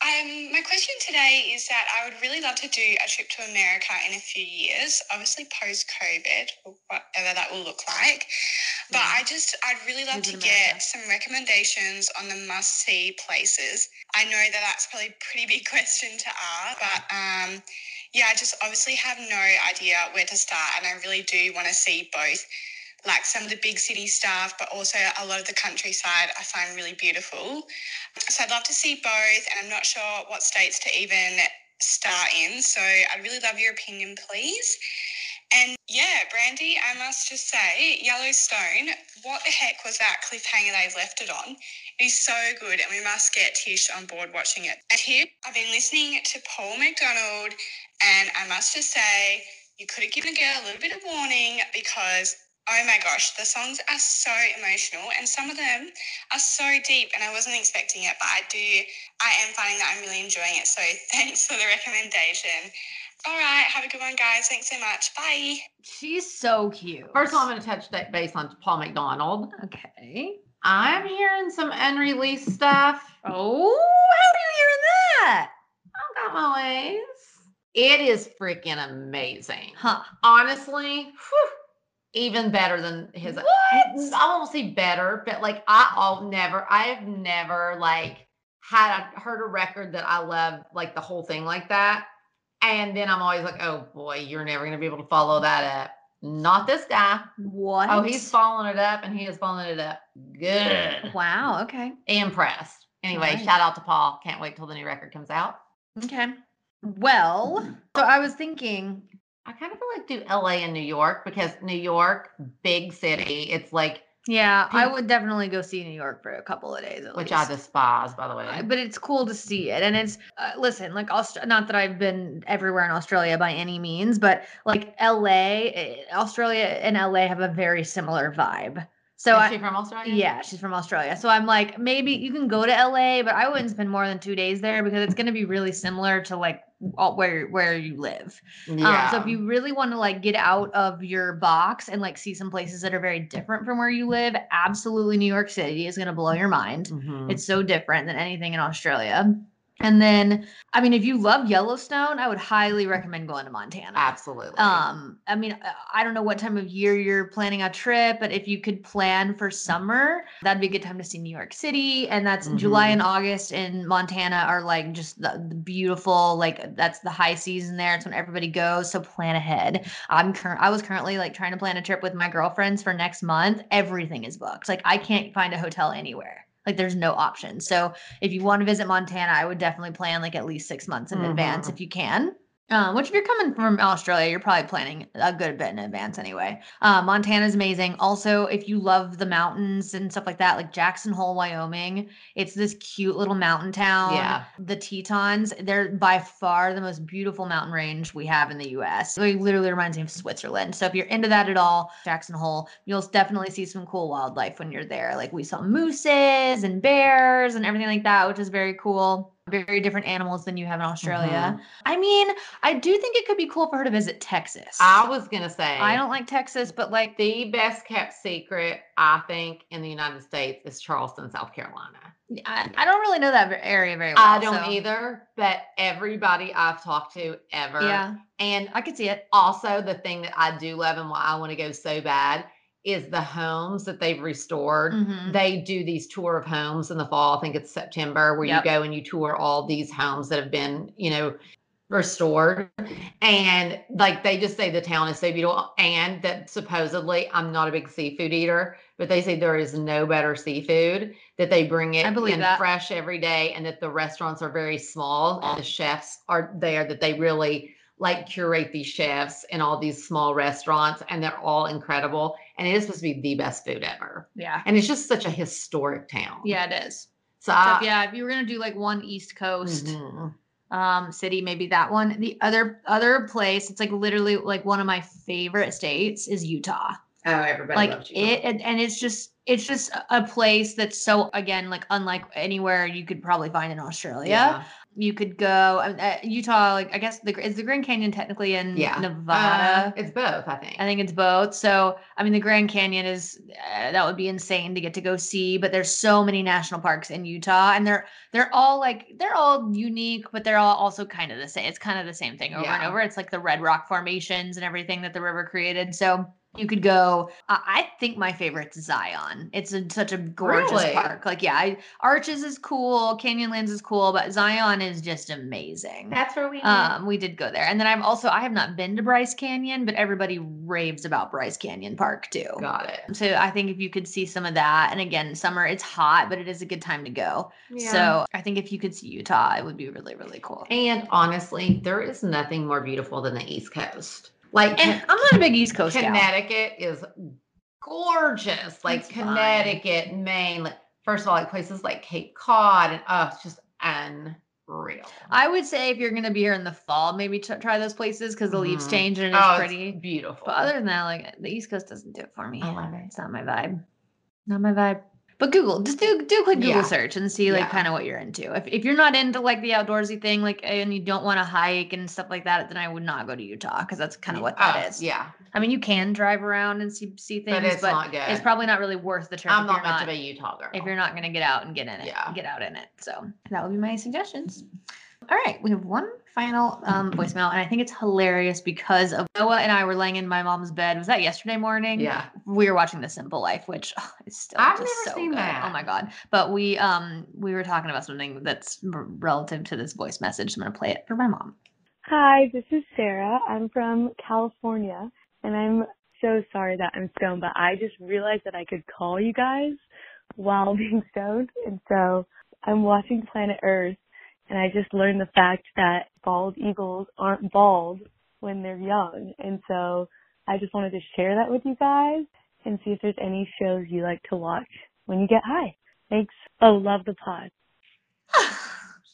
Speaker 9: Um, my question today is that I would really love to do a trip to America in a few years, obviously post COVID, or whatever that will look like. But
Speaker 3: Mm.
Speaker 9: I just, I'd really love
Speaker 3: Visit
Speaker 9: to
Speaker 3: America.
Speaker 9: get some recommendations on the must see places. I know that that's probably a pretty big question to ask, but um, yeah, I just obviously have no idea where to start, and I really do want to see both like some of the big city stuff, but also a lot of the countryside I find really beautiful. So I'd love to see both, and I'm not sure what states to even start in. So I'd really love your opinion, please. And yeah, Brandy, I must just say, Yellowstone, what the heck was that cliffhanger they've left it on? It is so good, and we must get Tish on board watching it. And here, I've been listening to Paul McDonald, and I must just say, you could have given a girl a little bit of warning because, oh my gosh, the songs are so emotional, and some of them are so deep, and I wasn't expecting it, but I do, I am finding that I'm really enjoying it. So thanks for the recommendation. All right, have a good one, guys. Thanks so much. Bye.
Speaker 3: She's so cute.
Speaker 4: First of all, I'm going to touch that base on Paul McDonald.
Speaker 3: okay.
Speaker 4: I'm hearing some unreleased stuff.
Speaker 3: Oh, how are you hearing that?
Speaker 4: I've got my ways. It is freaking amazing.
Speaker 3: Huh.
Speaker 4: Honestly, whew, even better than his.
Speaker 3: What?
Speaker 4: I won't say better, but like I all never, I have never like had a, heard a record that I love like the whole thing like that. And then I'm always like, oh boy, you're never gonna be able to follow that up. Not this guy.
Speaker 3: What?
Speaker 4: Oh, he's following it up, and he is following it up good.
Speaker 3: Wow. Okay.
Speaker 4: Impressed. Anyway,
Speaker 3: Nice.
Speaker 4: shout out to Paul. Can't wait till the new record comes out.
Speaker 3: Okay. Well, so I was thinking,
Speaker 4: I kind of feel like do LA and New York because New York, big city. It's like
Speaker 3: yeah, I
Speaker 4: Think-
Speaker 3: would definitely go see New York for a couple of days at
Speaker 4: which
Speaker 3: least.
Speaker 4: I despise, by the way.
Speaker 3: I- but it's cool to see it and it's uh, listen like Aust- not that i've been everywhere in australia by any means but like la eh, australia and la have a very similar vibe so
Speaker 4: Is
Speaker 3: I,
Speaker 4: she from Australia?
Speaker 3: yeah she's from australia so i'm like maybe you can go to la but i wouldn't spend more than two days there because it's going to be really similar to like all, where where you live
Speaker 4: Yeah.
Speaker 3: um, so if you really want to like get out of your box and like see some places that are very different from where you live absolutely new york city is going to blow your mind
Speaker 4: Mhm.
Speaker 3: it's so different than anything in Australia. And then, I mean, if you love Yellowstone, I would highly recommend going to Montana.
Speaker 4: absolutely.
Speaker 3: Um, I mean, I- I don't know what time of year you're planning a trip, but if you could plan for summer, that'd be a good time to see New York City. And that's July
Speaker 4: Mhm.
Speaker 3: and August in Montana are like just the, the beautiful, like that's the high season there. It's when everybody goes. So plan ahead. I'm current. I was currently like trying to plan a trip with my girlfriends for next month. Everything is booked. Like I can't find a hotel anywhere. Like there's no option. So if you want to visit Montana, I would definitely plan like at least six months in
Speaker 5: Mm-hmm.
Speaker 3: advance
Speaker 4: Mhm.
Speaker 3: if you can. Um, which if you're coming from Australia, you're probably planning a good bit in advance anyway. Uh, Montana's amazing. Also, if you love the mountains and stuff like that, like Jackson Hole, Wyoming, it's this cute little mountain town.
Speaker 4: Yeah.
Speaker 3: The Tetons, they're by far the most beautiful mountain range we have in the US. It literally reminds me of Switzerland. So if you're into that at all, Jackson Hole, you'll definitely see some cool wildlife when you're there. Like we saw mooses and bears and everything like that, which is very cool. Very different animals than you have in Australia. I mean, I do think it could be cool for her to visit Texas.
Speaker 4: I was gonna say
Speaker 3: I don't like Texas, but like
Speaker 4: the best kept secret, I think, in the United States is Charleston, South Carolina.
Speaker 3: I, I don't really know that ver- area very well.
Speaker 4: I don't
Speaker 3: so-
Speaker 4: either, but everybody I've talked to ever.
Speaker 3: Yeah,
Speaker 4: And
Speaker 3: I could see it.
Speaker 4: also the thing that I do love and why I want to go so bad is the homes that they've restored.
Speaker 3: Mhm.
Speaker 4: They do these tour of homes in the fall. I think it's September where
Speaker 3: Yep.
Speaker 4: you go and you tour all these homes that have been, you know, restored. And like they just say the town is so beautiful and that supposedly I'm not a big seafood eater, but they say there is no better seafood that they bring it
Speaker 3: I believe
Speaker 4: in
Speaker 3: that.
Speaker 4: fresh every day and that the restaurants are very small and the chefs are there that they really like curate these chefs in all these small restaurants and they're all incredible and it is supposed to be the best food ever.
Speaker 3: Yeah.
Speaker 4: And it's just such a historic town.
Speaker 3: Yeah, it is.
Speaker 4: So
Speaker 3: So
Speaker 4: I,
Speaker 3: if- yeah, if you were gonna do like one East Coast
Speaker 4: Mhm.
Speaker 3: um city, maybe that one. The other other place, it's like literally like one of my favorite states is Utah.
Speaker 4: Oh, everybody
Speaker 3: like
Speaker 4: loves you.
Speaker 3: it and, and it's just it's just a- a place that's so again like unlike anywhere you could probably find in australia you could go uh, utah like i guess the Gr- is the grand canyon technically in
Speaker 4: Yeah. Uh,
Speaker 3: nevada
Speaker 4: it's both, I think.
Speaker 3: I think it's both. So, I mean, the Grand Canyon is uh, that would be insane to get to go see, but there's so many national parks in Utah and they're they're all like they're all unique, but they're all also kind of the same. It's kind of the same thing over and
Speaker 4: Yeah.
Speaker 3: over. It's like the Red Rock formations and everything that the river created. So, You could go. Uh, I think my favorite's Zion. It's a, such a gorgeous
Speaker 4: Really?
Speaker 3: park. Like, yeah, I, Arches is cool, Canyonlands is cool, but Zion is just amazing.
Speaker 4: That's where we
Speaker 3: Um, we did go there, and then I've also I have not been to Bryce Canyon, but everybody raves about Bryce Canyon Park too.
Speaker 4: got it.
Speaker 3: So I think if you could see some of that, and again, summer it's hot, but it is a good time to go. So I think if you could see Utah, it would be really really cool.
Speaker 4: and honestly, there is nothing more beautiful than the East Coast. Like
Speaker 3: And I'm not a big East Coast gal.
Speaker 4: Connecticut is gorgeous. Like
Speaker 3: It's fine.
Speaker 4: Connecticut, Maine. Like first of all, like places like Cape Cod and oh, it's just unreal.
Speaker 3: I would say if you're going to be here in the fall, maybe t- try those places because the leaves
Speaker 4: Mhm.
Speaker 3: change and it's
Speaker 4: oh,
Speaker 3: pretty.
Speaker 4: it's beautiful.
Speaker 3: But other than that, like the East Coast doesn't do it for me.
Speaker 4: Oh, I love it.
Speaker 3: It's not my vibe. Not my vibe. But Google, just do do a quick Google
Speaker 4: Yeah.
Speaker 3: search and see like
Speaker 4: Yeah.
Speaker 3: kind of what you're into. If if you're not into like the outdoorsy thing, like and you don't want to hike and stuff like that, then I would not go to Utah because that's kind of what that
Speaker 4: Oh,
Speaker 3: is.
Speaker 4: Yeah,
Speaker 3: I mean, you can drive around and see see things,
Speaker 4: but
Speaker 3: but
Speaker 4: it's not good.
Speaker 3: it's probably not really worth the trip.
Speaker 4: I'm
Speaker 3: if
Speaker 4: not
Speaker 3: you're
Speaker 4: much of a Utah girl.
Speaker 3: if you're not going to get out and get in it,
Speaker 4: Yeah.
Speaker 3: get out in it. So that would be my suggestions. All right, we have one final um, voicemail, and I think it's hilarious because of Noah and I were laying in my mom's bed. Was that yesterday morning?
Speaker 4: yeah,
Speaker 3: we were watching The Simple Life, which oh, is still
Speaker 4: I've
Speaker 3: just
Speaker 4: never
Speaker 3: so
Speaker 4: seen
Speaker 3: good. Oh
Speaker 4: that.
Speaker 3: my god! But we um we were talking about something that's r- relative to this voice message. I'm going to play it for my mom.
Speaker 7: Hi, this is Sarah. I'm from California, and I'm so sorry that I'm stoned, but I just realized that I could call you guys while being stoned, and so I'm watching Planet Earth, and I just learned the fact that bald eagles aren't bald when they're young, and so I just wanted to share that with you guys and see if there's any shows you like to watch when you get high. Thanks. Oh, love the pod.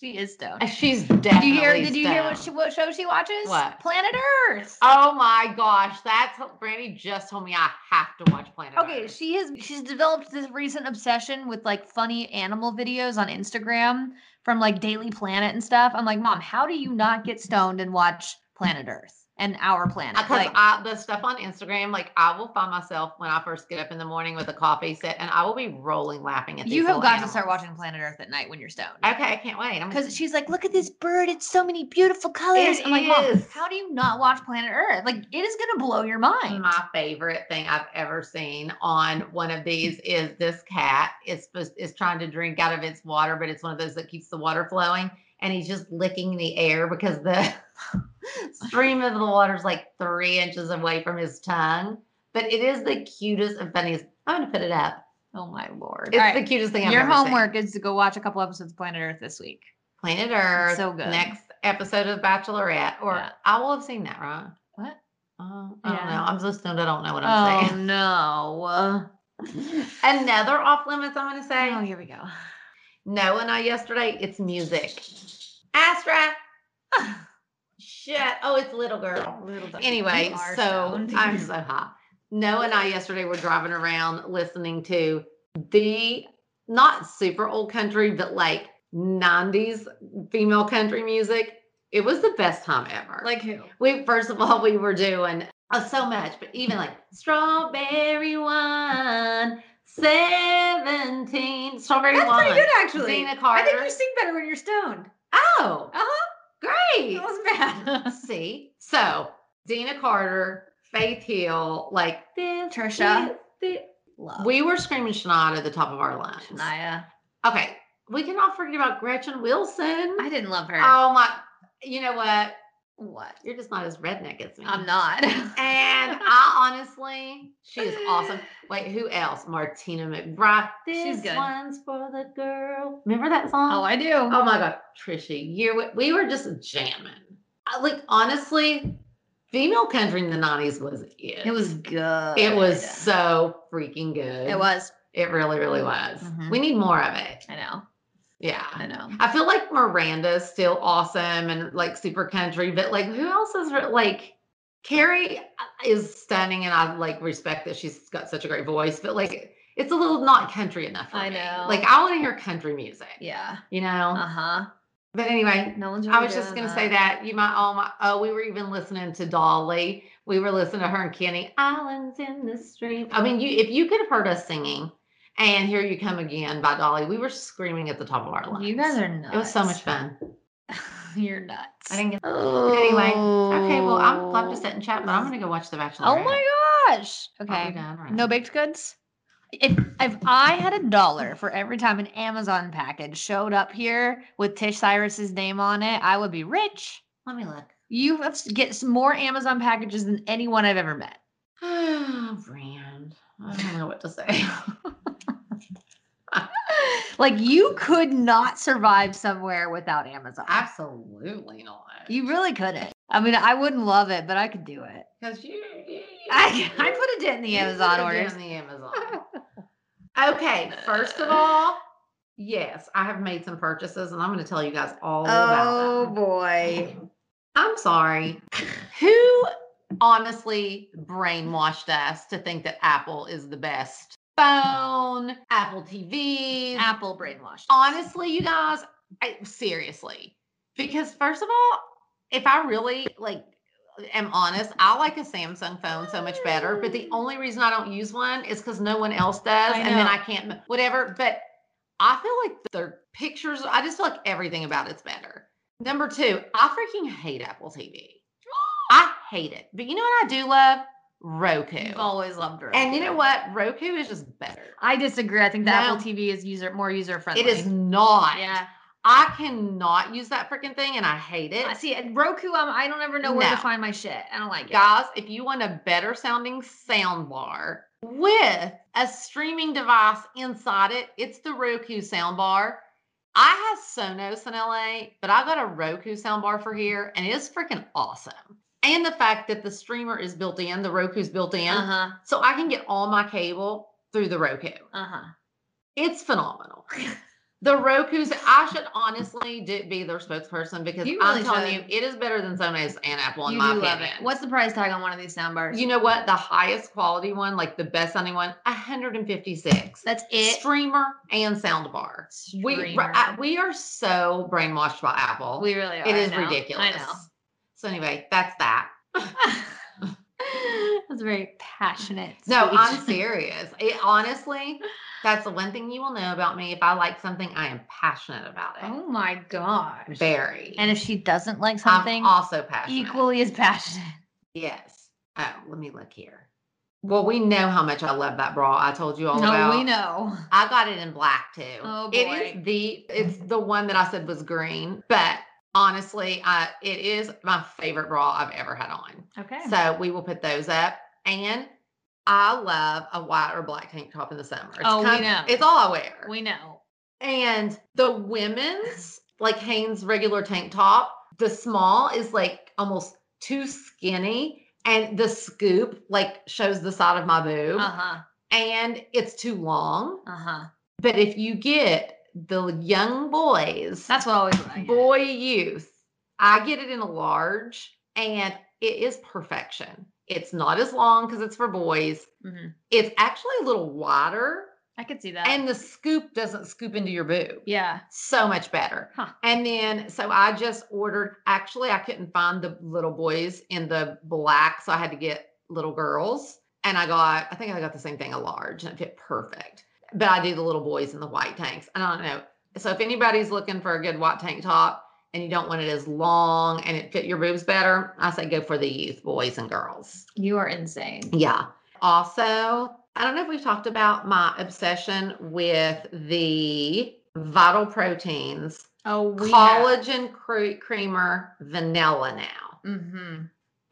Speaker 3: she is stoned.
Speaker 4: And she's definitely.
Speaker 3: Did you hear? Did you hear what, she,
Speaker 4: stoned.
Speaker 3: what show she watches?
Speaker 4: What?
Speaker 3: Planet Earth.
Speaker 4: Oh my gosh, that's Brandy just told me I have to watch Planet.
Speaker 3: Okay,
Speaker 4: Earth.
Speaker 3: she has she's developed this recent obsession with like funny animal videos on Instagram from like Daily Planet and stuff. I'm like, Mom, how do you not get stoned and watch Planet Earth and Our Planet?
Speaker 4: because
Speaker 3: Like,
Speaker 4: Uh, I, the stuff on Instagram, like I will find myself when I first get up in the morning with a coffee set, and I will be rolling laughing at these
Speaker 3: you have
Speaker 4: little
Speaker 3: got to
Speaker 4: animals.
Speaker 3: start watching Planet Earth at night when you're stoned.
Speaker 4: Okay, I can't wait. I'm
Speaker 3: Because she's like, look at this bird. It's so many beautiful colors. I'm like, Mom,
Speaker 4: is.
Speaker 3: how do you not watch Planet Earth? Like, it is gonna blow your mind.
Speaker 4: my favorite thing I've ever seen on one of these is this cat is supposed is trying to drink out of its water, but it's one of those that keeps the water flowing, and he's just licking the air because the stream of the water is like three inches away from his tongue. But it is the cutest and funniest. I'm gonna put it up.
Speaker 3: Oh my lord!
Speaker 4: It's
Speaker 3: All right,
Speaker 4: the cutest thing I've
Speaker 3: your
Speaker 4: ever seen.
Speaker 3: homework is to go watch a couple episodes of Planet Earth this week.
Speaker 4: Planet Earth.
Speaker 3: so good.
Speaker 4: Next episode of Bachelorette, or
Speaker 3: Yeah.
Speaker 4: I will have seen that, right?
Speaker 3: What?
Speaker 4: Uh, I don't
Speaker 3: Yeah.
Speaker 4: know. I'm so stoned. I don't know what I'm
Speaker 3: Oh
Speaker 4: saying.
Speaker 3: no!
Speaker 4: Another off limits. I'm gonna say.
Speaker 3: Oh, here we go.
Speaker 4: No, and I yesterday, it's music. Astra, shit. Oh, it's little girl.
Speaker 3: Little dog.
Speaker 4: Anyway,
Speaker 3: You are
Speaker 4: so
Speaker 3: stoned.
Speaker 4: I'm so hot. Noah and I yesterday were driving around listening to the not super old country, but like 90s female country music. It was the best time ever.
Speaker 3: like who?
Speaker 4: We first of all we were doing uh, so much, but even like strawberry wine, seventeen, strawberry
Speaker 3: That's
Speaker 4: wine.
Speaker 3: pretty good actually.
Speaker 4: Zena
Speaker 3: I think
Speaker 4: Carter.
Speaker 3: you sing better when you're stoned.
Speaker 4: Oh,
Speaker 3: Uh huh.
Speaker 4: great!
Speaker 3: That wasn't bad.
Speaker 4: See, so Dina Carter, Faith Hill, like this,
Speaker 3: Trisha.
Speaker 4: this, this.
Speaker 3: Love.
Speaker 4: We were screaming Shania at the top of our lungs.
Speaker 3: Shania.
Speaker 4: Okay, we cannot forget about Gretchen Wilson.
Speaker 3: I didn't love her.
Speaker 4: Oh my! You know what?
Speaker 3: what?
Speaker 4: You're just not as redneck as me.
Speaker 3: I'm not.
Speaker 4: And I honestly, she is awesome. Wait, who else? Martina McBride.
Speaker 3: She's
Speaker 4: This
Speaker 3: good.
Speaker 4: one's for the girl. Remember that song?
Speaker 3: oh, I do.
Speaker 4: Oh my God, Trishy, you were- we were just jamming. I, like honestly, female country in the nineties was it.
Speaker 3: it was good.
Speaker 4: It was so freaking good.
Speaker 3: It was.
Speaker 4: It really, really was.
Speaker 3: Mhm.
Speaker 4: We need more of it.
Speaker 3: I know.
Speaker 4: Yeah.
Speaker 3: I know.
Speaker 4: I feel like Miranda's still awesome and like super country, but like who else is re- like Carrie uh, is stunning and I like respect that she's got such a great voice, but like it's a little not country enough for
Speaker 3: I
Speaker 4: me.
Speaker 3: know.
Speaker 4: Like I want to hear country music,
Speaker 3: Yeah.
Speaker 4: you know?
Speaker 3: Uh huh.
Speaker 4: But anyway,
Speaker 3: No one's. Really
Speaker 4: Oh. I was just
Speaker 3: doing
Speaker 4: gonna say that you might all my oh, we were even listening to Dolly. We were listening to her and Kenny Islands in the stream. I mean, you if you could have heard us singing and Here You Come Again by Dolly, we were screaming at the top of our lungs.
Speaker 3: You guys are nuts.
Speaker 4: It was so much fun.
Speaker 3: You're nuts.
Speaker 4: I didn't get
Speaker 3: Oh.
Speaker 4: anyway. Okay, well I'm glad to sit and chat, but I'm gonna go watch The Bachelor.
Speaker 3: Oh my gosh.
Speaker 4: Aren't we
Speaker 3: Okay.
Speaker 4: done, right?
Speaker 3: No baked goods. If if I had a dollar for every time an Amazon package showed up here with Tish Cyrus's name on it, I would be rich.
Speaker 4: Let me look.
Speaker 3: You have s- get some more Amazon packages than anyone I've ever met.
Speaker 4: Oh, Rand. I don't know what to say.
Speaker 3: like you could not survive somewhere without Amazon.
Speaker 4: Absolutely not.
Speaker 3: You really couldn't. I mean, I wouldn't love it, but I could do it.
Speaker 4: Because you, you-
Speaker 3: I, I put a dent in the
Speaker 4: you
Speaker 3: Amazon
Speaker 4: put it
Speaker 3: orders.
Speaker 4: down the Amazon. okay, first of all, yes, I have made some purchases, and I'm going to tell you guys all about
Speaker 3: Oh
Speaker 4: them.
Speaker 3: boy.
Speaker 4: I'm sorry. Who honestly brainwashed us to think that Apple is the best phone, Apple TV,
Speaker 3: Apple brainwashed.
Speaker 4: honestly, you guys, I, seriously, because first of all, if I really like am honest, I like a Samsung phone so much better. But the only reason I don't use one is because no one else does,
Speaker 3: Mm. I
Speaker 4: and then
Speaker 3: know.
Speaker 4: I can't whatever. But I feel like their pictures. I just feel like everything about it's better. Number two, I freaking hate Apple TV. I hate it. But you know what I do love?
Speaker 3: You've
Speaker 4: Roku.
Speaker 3: always loved Roku.
Speaker 4: And you know what? Roku is just better.
Speaker 3: I disagree. I think the Apple
Speaker 4: No.
Speaker 3: TV is user more user friendly.
Speaker 4: It is not.
Speaker 3: Yeah.
Speaker 4: I cannot use that freaking thing and I hate it.
Speaker 3: I see and Roku. Um, I don't ever know where
Speaker 4: No.
Speaker 3: to find my shit. I don't like it.
Speaker 4: Guys, if you want a better sounding sound bar with a streaming device inside it, it's the Roku sound bar. I have Sonos in LA, but I got a Roku sound bar for here and it's freaking awesome. And the fact that the streamer is built in, the Roku's built in,
Speaker 3: Uh huh.
Speaker 4: so I can get all my cable through the Roku.
Speaker 3: Uh huh.
Speaker 4: It's phenomenal. The Roku's, I should honestly do, be their spokesperson because
Speaker 3: You
Speaker 4: I'm
Speaker 3: really
Speaker 4: telling
Speaker 3: should.
Speaker 4: you, it is better than Sonos and Apple, in
Speaker 3: You do
Speaker 4: my opinion.
Speaker 3: love it. What's the price tag on one of these soundbars?
Speaker 4: you know what? The highest quality one, like the best sounding one, 156.
Speaker 3: That's it.
Speaker 4: Streamer and soundbar. We,
Speaker 3: Streamer.
Speaker 4: I- we are so brainwashed by Apple.
Speaker 3: we really are.
Speaker 4: it is
Speaker 3: I know.
Speaker 4: ridiculous.
Speaker 3: I know.
Speaker 4: So, anyway, that's that.
Speaker 3: That's very passionate.
Speaker 4: No,
Speaker 3: speech.
Speaker 4: I'm serious. It, honestly, that's the one thing you will know about me. If I like something, I am passionate about it.
Speaker 3: Oh my gosh.
Speaker 4: Very.
Speaker 3: And if she doesn't like something,
Speaker 4: I'm also passionate.
Speaker 3: equally as passionate.
Speaker 4: Yes. Oh, let me look here. Well, we know how much I love that bra. I told you all about.
Speaker 3: no, we know.
Speaker 4: I got it in black too.
Speaker 3: Oh,
Speaker 4: It
Speaker 3: boy.
Speaker 4: is the it's the one that I said was green, but honestly, I it is my favorite bra I've ever had on.
Speaker 3: Okay.
Speaker 4: So we will put those up. And I love a white or black tank top in the summer. It's
Speaker 3: Oh, we know.
Speaker 4: It's all I wear.
Speaker 3: we know.
Speaker 4: And the women's, like Hanes regular tank top, the small is like almost too skinny. And the scoop like shows the side of my boob
Speaker 3: Uh huh.
Speaker 4: and it's too long.
Speaker 3: Uh huh.
Speaker 4: But if you get the young boys,
Speaker 3: That's what I always like.
Speaker 4: boy youth, I get it in a large and it is perfection. It's not as long because it's for boys.
Speaker 3: Mhm.
Speaker 4: It's actually a little wider
Speaker 3: I could see that.
Speaker 4: and the scoop doesn't scoop into your boob
Speaker 3: yeah.
Speaker 4: so much better.
Speaker 3: Huh.
Speaker 4: And then, so I just ordered. Actually, I couldn't find the little boys in the black, so I had to get little girls. And I got, I think I got the same thing, a large, and it fit perfect. But I do the little boys in the white tanks. I don't know. So if anybody's looking for a good white tank top and you don't want it as long and it fit your boobs better, I say go for the youth boys and girls.
Speaker 3: You are insane.
Speaker 4: Yeah. Also, I don't know if we've talked about my obsession with the vital proteins
Speaker 3: Oh, we
Speaker 4: collagen cre- creamer vanilla now.
Speaker 3: Mm-hmm.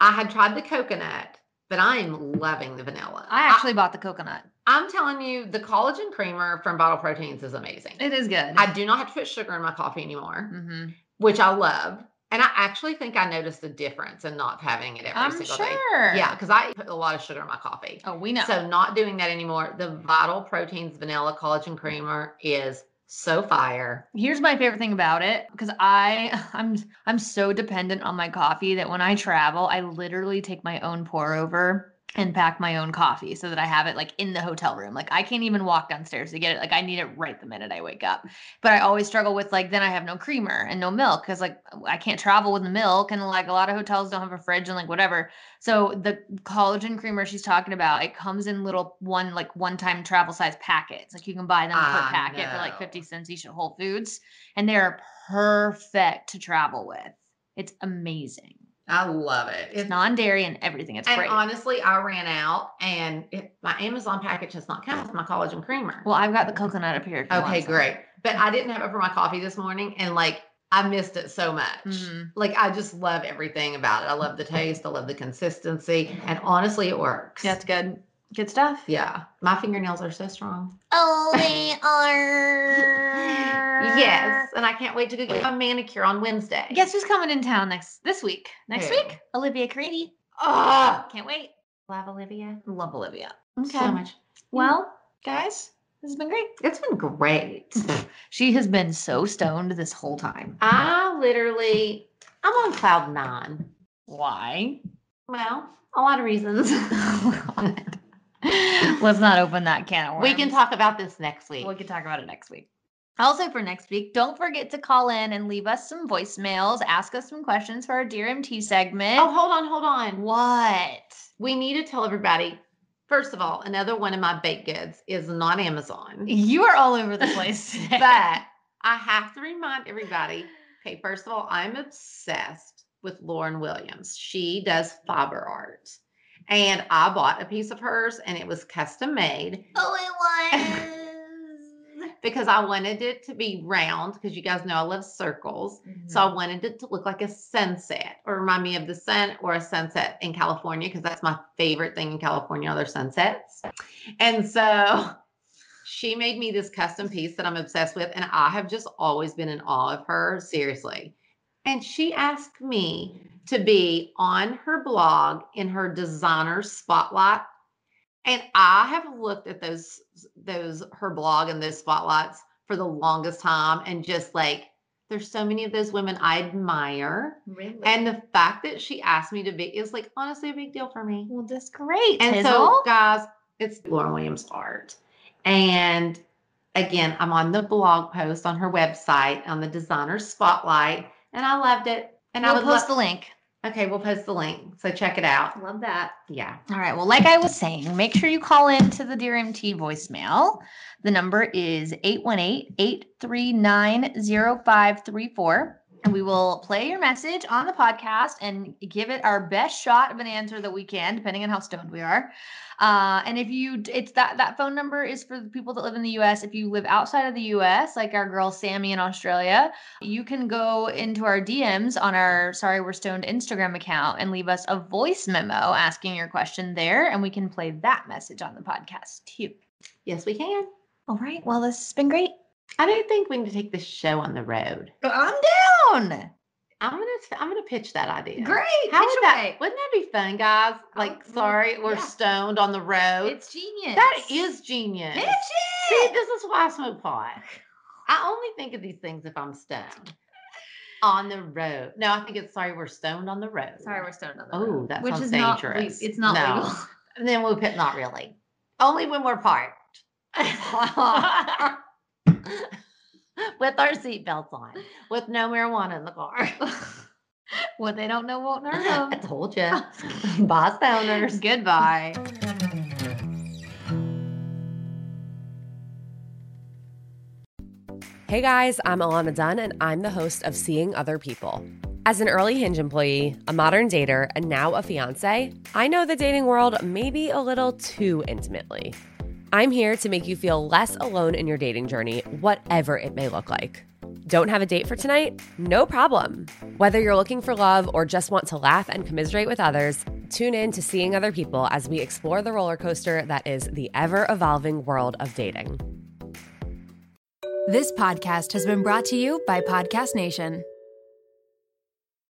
Speaker 4: I had tried the coconut, but I am loving the vanilla.
Speaker 3: I actually bought the coconut.
Speaker 4: I, am telling you, the collagen creamer from Vital Proteins is amazing.
Speaker 3: It is good.
Speaker 4: I do not have to put sugar in my coffee anymore,
Speaker 3: hmm
Speaker 4: which I love. And I actually think I noticed a difference in not having it every
Speaker 3: I'm
Speaker 4: single
Speaker 3: sure.
Speaker 4: day. Yeah, because I put a lot of sugar in my coffee.
Speaker 3: Oh, we know.
Speaker 4: So not doing that anymore. The Vital Proteins Vanilla Collagen Creamer is so fire.
Speaker 3: Here's my favorite thing about it because I I'm I'm so dependent on my coffee that when I travel, I literally take my own pour over and pack my own coffee so that I have it like in the hotel room. Like I can't even walk downstairs to get it. Like I need it right the minute I wake up. But I always struggle with like then I have no creamer and no milk cuz like I can't travel with milk and like a lot of hotels don't have a fridge and like whatever. So the collagen creamer she's talking about, it comes in little one like one time travel size packets. Like you can buy them per
Speaker 4: I
Speaker 3: packet for like
Speaker 4: know.
Speaker 3: 50 cents each at Whole Foods and they are perfect to travel with. It's amazing.
Speaker 4: I love it. It's
Speaker 3: non dairy and everything. It's
Speaker 4: and
Speaker 3: great.
Speaker 4: honestly, I ran out, and it, my Amazon package has not come with my collagen creamer.
Speaker 3: well, I've got the coconut up here. if you want
Speaker 4: okay,
Speaker 3: some.
Speaker 4: great. But I didn't have it for my coffee this morning, and like I missed it so much.
Speaker 3: Mhm.
Speaker 4: Like I just love everything about it. I love the taste. I love the consistency, and honestly, it works.
Speaker 3: That's good. Good stuff.
Speaker 4: Yeah, my fingernails are so strong.
Speaker 3: Oh, they are.
Speaker 4: Yes, and I can't wait to go get my manicure on Wednesday.
Speaker 3: Guess who's coming in town next this week? Next
Speaker 4: Who?
Speaker 3: week, Olivia Creedy.
Speaker 4: Ugh.
Speaker 3: Can't wait. Love Olivia. Love Olivia.
Speaker 4: Okay.
Speaker 3: So much. Well, guys, this has been great.
Speaker 4: It's been great.
Speaker 3: She has been so stoned this whole time.
Speaker 4: I literally, I'm on cloud nine.
Speaker 3: Why?
Speaker 4: Well, a lot of reasons.
Speaker 3: Let's not open that can of worms.
Speaker 4: we can talk about this next week.
Speaker 3: We can talk about it next week. Also, for next week, don't forget to call in and leave us some voicemails. Ask us some questions for our Dear MT segment.
Speaker 4: Oh, hold on, hold on.
Speaker 3: what?
Speaker 4: We need to tell everybody. First of all, another one of my baked goods is not Amazon,
Speaker 3: You are all over the place. today.
Speaker 4: but I have to remind everybody. Okay, first of all, I'm obsessed with Lauren Williams. She does fiber art, and I bought a piece of hers, and it was custom made.
Speaker 3: oh, it was.
Speaker 4: because I wanted it to be round because you guys know I love circles. So
Speaker 3: Mm-hmm.
Speaker 4: I wanted it to look like a sunset or remind me of the sun or a sunset in California because that's my favorite thing in California are their sunsets. And so she made me this custom piece that I'm obsessed with and I have just always been in awe of her, seriously. And she asked me to be on her blog in her designer spotlight and I have looked at those those her blog and those spotlights for the longest time and just like there's so many of those women I admire.
Speaker 3: really?
Speaker 4: And the fact that she asked me to be is like honestly a big deal for me.
Speaker 3: well, that's great.
Speaker 4: And so
Speaker 3: Tizzle.
Speaker 4: guys, it's Lauren Williams art. And again, I'm on the blog post on her website on the designer spotlight. And I loved it. And I
Speaker 3: we'll
Speaker 4: would
Speaker 3: post
Speaker 4: lo-
Speaker 3: the link.
Speaker 4: Okay, we'll post the link. So check it out.
Speaker 3: Love that.
Speaker 4: Yeah.
Speaker 3: All right. Well, like I was saying, make sure you call in to the Dear MT voicemail. The number is 818-839-0534. And we will play your message on the podcast and give it our best shot of an answer that we can, depending on how stoned we are. Uh, and if you, d- it's that that phone number is for the people that live in the U.S. If you live outside of the U.S., like our girl Sammy in Australia, you can go into our DMs on our Sorry We're Stoned Instagram account and leave us a voice memo asking your question there, and we can play that message on the podcast too.
Speaker 4: Yes, we can.
Speaker 3: All right. Well, this has been great.
Speaker 4: I don't think we need to take this show on the road.
Speaker 3: I'm down.
Speaker 4: I'm gonna I'm gonna pitch that idea.
Speaker 3: Great.
Speaker 4: How
Speaker 3: pitch
Speaker 4: would that?
Speaker 3: away. Oh,
Speaker 4: Wouldn't that be fun, guys? Like,
Speaker 3: well,
Speaker 4: sorry, we're
Speaker 3: yeah.
Speaker 4: stoned on the road.
Speaker 3: It's genius.
Speaker 4: that is genius.
Speaker 3: Pitch
Speaker 4: See,
Speaker 3: it.
Speaker 4: this is why I smoke pot. I only think of these things if I'm stoned. On the road. No, I think it's sorry we're stoned on the road.
Speaker 3: Sorry, we're stoned on the
Speaker 4: Oh,
Speaker 3: road.
Speaker 4: that
Speaker 3: Which
Speaker 4: sounds
Speaker 3: is not le-
Speaker 4: dangerous.
Speaker 3: it's not
Speaker 4: No.
Speaker 3: legal.
Speaker 4: And then we'll put not really. Only when we're parked. With our seatbelts on. With no marijuana in the car.
Speaker 3: what they don't know won't hurt
Speaker 4: I
Speaker 3: them.
Speaker 4: told you. Boss owners.
Speaker 3: Goodbye.
Speaker 10: Hey guys, I'm Alana Dunn, and I'm the host of Seeing Other People. As an early Hinge employee, a modern dater, and now a fiance, I know the dating world maybe a little too intimately. I'm here to make you feel less alone in your dating journey, whatever it may look like. Don't have a date for tonight? No problem. Whether you're looking for love or just want to laugh and commiserate with others, tune in to Seeing Other People as we explore the roller coaster that is the ever evolving world of dating.
Speaker 11: This podcast has been brought to you by Podcast Nation.